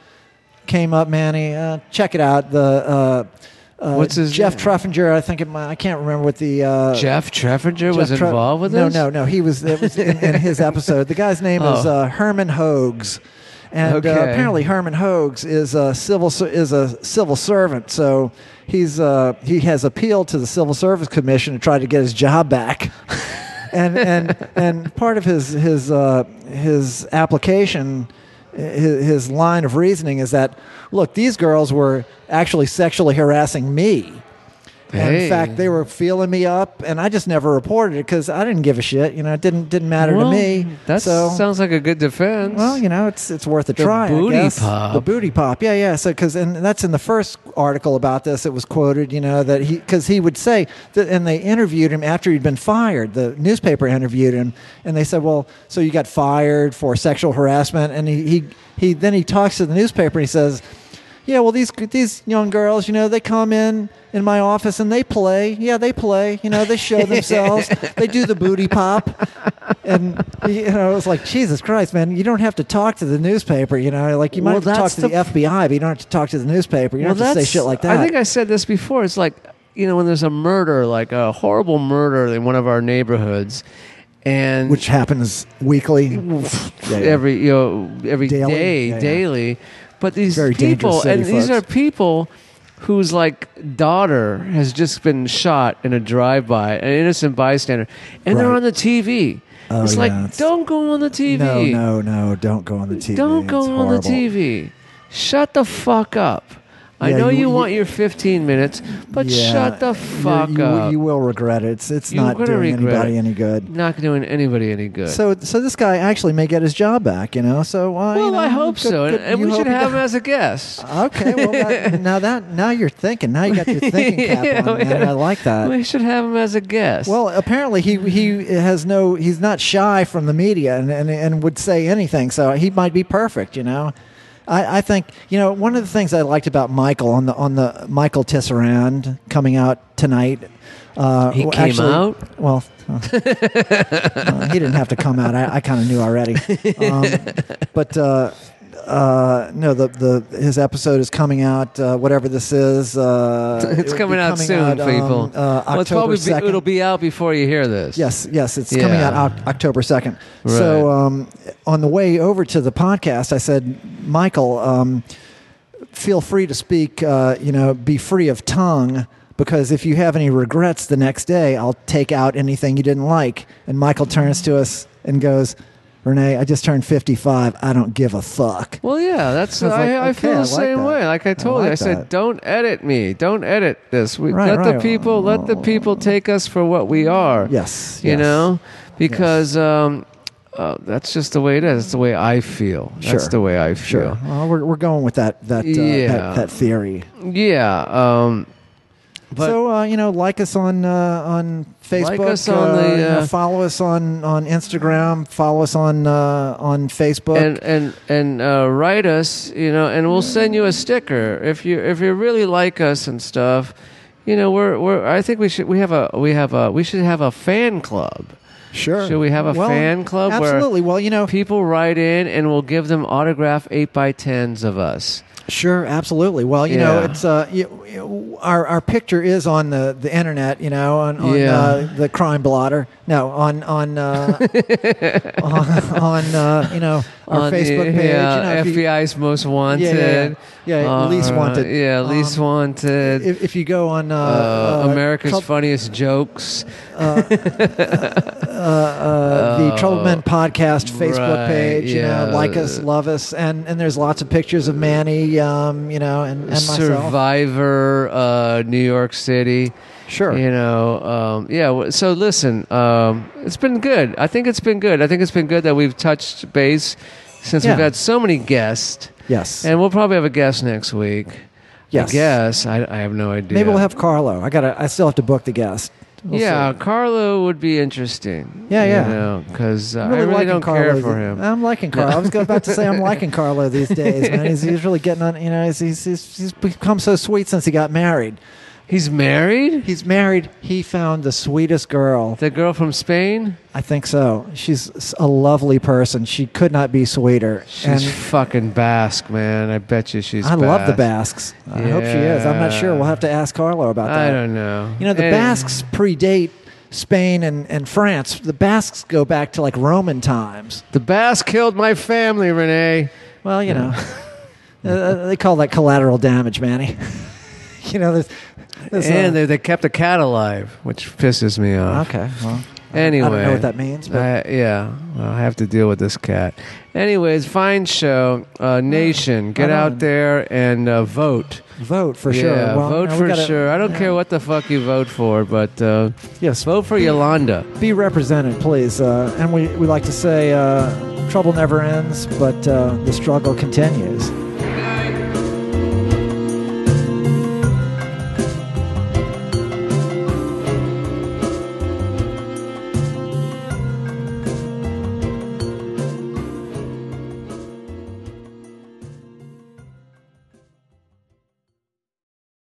Speaker 1: came up, Manny. Uh, check it out. The uh, uh,
Speaker 2: What's his
Speaker 1: Jeff
Speaker 2: name?
Speaker 1: Treffinger? I think it might, I can't remember what the uh,
Speaker 2: Jeff Treffinger was
Speaker 1: Jeff Tre-
Speaker 2: involved with
Speaker 1: no,
Speaker 2: this.
Speaker 1: No, no, He was, it was in, in his episode. The guy's name is
Speaker 2: Oh.
Speaker 1: uh, Herman Hogs, and uh,
Speaker 2: Okay.
Speaker 1: apparently Herman Hogs is a civil ser- is a civil servant. So he's uh, he has appealed to the Civil Service Commission to try to get his job back. and and and part of his his uh, his application. His, his line of reasoning is that, look, these girls were actually sexually harassing me. And In
Speaker 2: Hey.
Speaker 1: fact, they were feeling me up, and I just never reported it because I didn't give a shit. You know, it didn't didn't matter
Speaker 2: Well,
Speaker 1: to me.
Speaker 2: That
Speaker 1: so,
Speaker 2: sounds like a good defense.
Speaker 1: well, you know, it's it's worth a
Speaker 2: The
Speaker 1: try. I
Speaker 2: booty
Speaker 1: guess.
Speaker 2: pop.
Speaker 1: The booty pop. Yeah, yeah. So because and that's in the first article about this. It was quoted. You know that he because he would say that, and they interviewed him after he'd been fired. The newspaper interviewed him, and they said, "Well, so you got fired for sexual harassment?" And he he, he then he talks to the newspaper and he says. Yeah, well, these these young girls, you know, they come in in my office and they play. Yeah, they play. You know, they show themselves. they do the booty pop, and you know, it was like Jesus Christ, man. You don't have to talk to the newspaper. You know, like you might
Speaker 2: Well,
Speaker 1: have to talk
Speaker 2: that's
Speaker 1: to the,
Speaker 2: the-
Speaker 1: FBI, but you don't have to talk to the newspaper. You don't have to say
Speaker 2: that's-
Speaker 1: shit like that.
Speaker 2: I think I said this before. It's like you know when there's a murder, like a horrible murder in one of our neighborhoods, and
Speaker 1: which happens weekly. Yeah, yeah.
Speaker 2: every you know every day,
Speaker 1: Daily?
Speaker 2: daily.
Speaker 1: Yeah, yeah.
Speaker 2: But these
Speaker 1: Very dangerous
Speaker 2: people,
Speaker 1: city,
Speaker 2: and these are
Speaker 1: folks.
Speaker 2: people whose like daughter has just been shot in a drive-by, an innocent bystander, and they're
Speaker 1: Right.
Speaker 2: on the TV.
Speaker 1: Oh,
Speaker 2: it's
Speaker 1: yeah,
Speaker 2: like
Speaker 1: it's-
Speaker 2: don't go on the TV.
Speaker 1: No, no, no! Don't go on the TV.
Speaker 2: Don't go
Speaker 1: It's
Speaker 2: on the
Speaker 1: horrible.
Speaker 2: TV. Shut the fuck up. I
Speaker 1: Yeah,
Speaker 2: know
Speaker 1: you-
Speaker 2: you,
Speaker 1: you-
Speaker 2: want your 15 minutes, but
Speaker 1: Yeah,
Speaker 2: shut the
Speaker 1: you-
Speaker 2: fuck
Speaker 1: you,
Speaker 2: up.
Speaker 1: You will regret it. It's it's
Speaker 2: You're
Speaker 1: not
Speaker 2: gonna
Speaker 1: doing
Speaker 2: regret
Speaker 1: anybody
Speaker 2: it.
Speaker 1: any good.
Speaker 2: Not doing anybody any good.
Speaker 1: So, so this guy actually may get his job back, you know. So, uh,
Speaker 2: well,
Speaker 1: you know,
Speaker 2: I hope
Speaker 1: good-
Speaker 2: so, and,
Speaker 1: good-
Speaker 2: and
Speaker 1: you
Speaker 2: we should
Speaker 1: hope he
Speaker 2: have him
Speaker 1: does.
Speaker 2: as a guest.
Speaker 1: Okay, well, that, now that now you're thinking, now you got your thinking cap
Speaker 2: Yeah,
Speaker 1: on, man.
Speaker 2: we-
Speaker 1: I like that.
Speaker 2: we should have him as a guest.
Speaker 1: Uh, Well, apparently he he has no he's not shy from the media and and, and would say anything. So he might be perfect, you know. I, I think you know one of the things I liked about Michael on the on the Michael Tisserand coming out tonight. Uh,
Speaker 2: He
Speaker 1: well,
Speaker 2: came
Speaker 1: actually-
Speaker 2: out?
Speaker 1: Well, uh, uh, he didn't have to come out. I, I kind of knew already. Um, but uh, uh, no, the the his episode is coming out. Uh, whatever this is, uh,
Speaker 2: It's
Speaker 1: it'll be
Speaker 2: coming out soon,
Speaker 1: um,
Speaker 2: people.
Speaker 1: Uh, October
Speaker 2: Well, it's probably be,
Speaker 1: 2nd.
Speaker 2: it'll be out before you hear this.
Speaker 1: Yes, yes, it's coming
Speaker 2: Yeah.
Speaker 1: out Oc- October 2nd.
Speaker 2: Right.
Speaker 1: So um, on the way over to the podcast, I said, Michael, um, feel free to speak, uh, you know, be free of tongue, because if you have any regrets the next day, I'll take out anything you didn't like. And Michael turns to us and goes, Renee, I just turned 55. I don't give a fuck.
Speaker 2: Well, yeah, that's
Speaker 1: I
Speaker 2: I,
Speaker 1: was like,
Speaker 2: I
Speaker 1: okay,
Speaker 2: feel
Speaker 1: I
Speaker 2: the
Speaker 1: like
Speaker 2: same
Speaker 1: that.
Speaker 2: way. Like
Speaker 1: I
Speaker 2: I told you,
Speaker 1: like
Speaker 2: I
Speaker 1: that.
Speaker 2: said, don't edit me, don't edit this. We,
Speaker 1: Right,
Speaker 2: let the
Speaker 1: right. Oh.
Speaker 2: people, let the people take us for what we are.
Speaker 1: Yes.
Speaker 2: you
Speaker 1: yes.
Speaker 2: know, because um, uh, that's just the way it is. That's the way I feel.
Speaker 1: Sure.
Speaker 2: That's the way I
Speaker 1: Sure.
Speaker 2: feel.
Speaker 1: Well, we're, we're going with that that, uh,
Speaker 2: Yeah.
Speaker 1: that that theory.
Speaker 2: Yeah. Um, but
Speaker 1: so uh, you know, like us on uh, on Facebook.
Speaker 2: us on
Speaker 1: uh,
Speaker 2: the,
Speaker 1: you know,
Speaker 2: uh,
Speaker 1: follow us on on Instagram. Follow us on uh, on Facebook.
Speaker 2: and and and uh, write us, you know, and we'll send you a sticker if you if you really like us and stuff. You know, we're we're. I think we should we have a we have a we should have a fan club.
Speaker 1: sure.
Speaker 2: Should we have a
Speaker 1: Well,
Speaker 2: fan club where-
Speaker 1: Absolutely. well, you know,
Speaker 2: People write in, and we'll give them autograph eight by tens of us.
Speaker 1: sure, absolutely. Well, you know,
Speaker 2: Yeah.
Speaker 1: it's uh, you, you- our our picture is on the, the internet. You know, on, on
Speaker 2: Yeah.
Speaker 1: uh, the crime blotter. No, on on uh, on, on uh, you know our
Speaker 2: on the-
Speaker 1: Facebook page.
Speaker 2: yeah,
Speaker 1: you know, if you-
Speaker 2: FBI's Most Wanted.
Speaker 1: yeah, yeah, yeah. Yeah, least
Speaker 2: Uh,
Speaker 1: wanted.
Speaker 2: Yeah, least
Speaker 1: Um,
Speaker 2: wanted.
Speaker 1: if, if you go on uh,
Speaker 2: uh,
Speaker 1: uh,
Speaker 2: America's
Speaker 1: Trump-
Speaker 2: Funniest Jokes.
Speaker 1: uh, the Troubled Men podcast Facebook
Speaker 2: Oh, right,
Speaker 1: page. You know,
Speaker 2: yeah.
Speaker 1: like us, love us, and and there's lots of pictures of Manny. Um, you know, and, and myself.
Speaker 2: Survivor, uh, New York City.
Speaker 1: Sure.
Speaker 2: You know, um, yeah. w- So listen, um, it's been good. I think it's been good. I think it's been good that we've touched base since
Speaker 1: Yeah.
Speaker 2: we've had so many guests,
Speaker 1: Yes.
Speaker 2: and we'll probably have a guest next week.
Speaker 1: Yes.
Speaker 2: I guess I, I have no idea.
Speaker 1: Maybe we'll have Carlo. I gotta. I still have to book the guest. We'll
Speaker 2: yeah,
Speaker 1: see.
Speaker 2: Carlo would be interesting.
Speaker 1: Yeah, yeah.
Speaker 2: Because
Speaker 1: I'm
Speaker 2: I really
Speaker 1: liking
Speaker 2: don't
Speaker 1: Carlo
Speaker 2: care for
Speaker 1: these-
Speaker 2: him.
Speaker 1: I'm liking Carlo. I was about to say I'm liking Carlo these days, man. He's, he's really getting on. You know, he's, he's he's he's become so sweet since he got married.
Speaker 2: He's married.
Speaker 1: He's married. He found the sweetest girl.
Speaker 2: The girl from Spain.
Speaker 1: I think so. She's s- a lovely person. She could not be sweeter.
Speaker 2: She's
Speaker 1: and
Speaker 2: fucking Basque, man. I bet you she's.
Speaker 1: I love the Basques.
Speaker 2: Basque.
Speaker 1: I hope she is. I'm not sure.
Speaker 2: Yeah.
Speaker 1: We'll have to ask Carlo about that.
Speaker 2: I don't know.
Speaker 1: You know, the
Speaker 2: And-
Speaker 1: Basques predate Spain and, and France. The Basques go back to like Roman times.
Speaker 2: The Basque killed my family, Renee.
Speaker 1: Well, you know, uh, they call that collateral damage, Manny. you know, this. this, uh,
Speaker 2: and they, they kept a cat alive, which pisses me off.
Speaker 1: okay. Well,
Speaker 2: Anyway,
Speaker 1: I don't know what that means, but
Speaker 2: I- yeah, well, I have to deal with this cat. Anyways, fine show, uh, nation. Get
Speaker 1: I
Speaker 2: out
Speaker 1: don't-
Speaker 2: there and uh, vote.
Speaker 1: vote for sure.
Speaker 2: Yeah,
Speaker 1: Well,
Speaker 2: vote
Speaker 1: now we
Speaker 2: for
Speaker 1: gotta-
Speaker 2: sure. I don't
Speaker 1: yeah.
Speaker 2: care what the fuck you vote for, but uh,
Speaker 1: Yes,
Speaker 2: vote for Yolanda.
Speaker 1: be represented, please. Uh, and we, we like to say uh, trouble never ends, but uh, the struggle continues.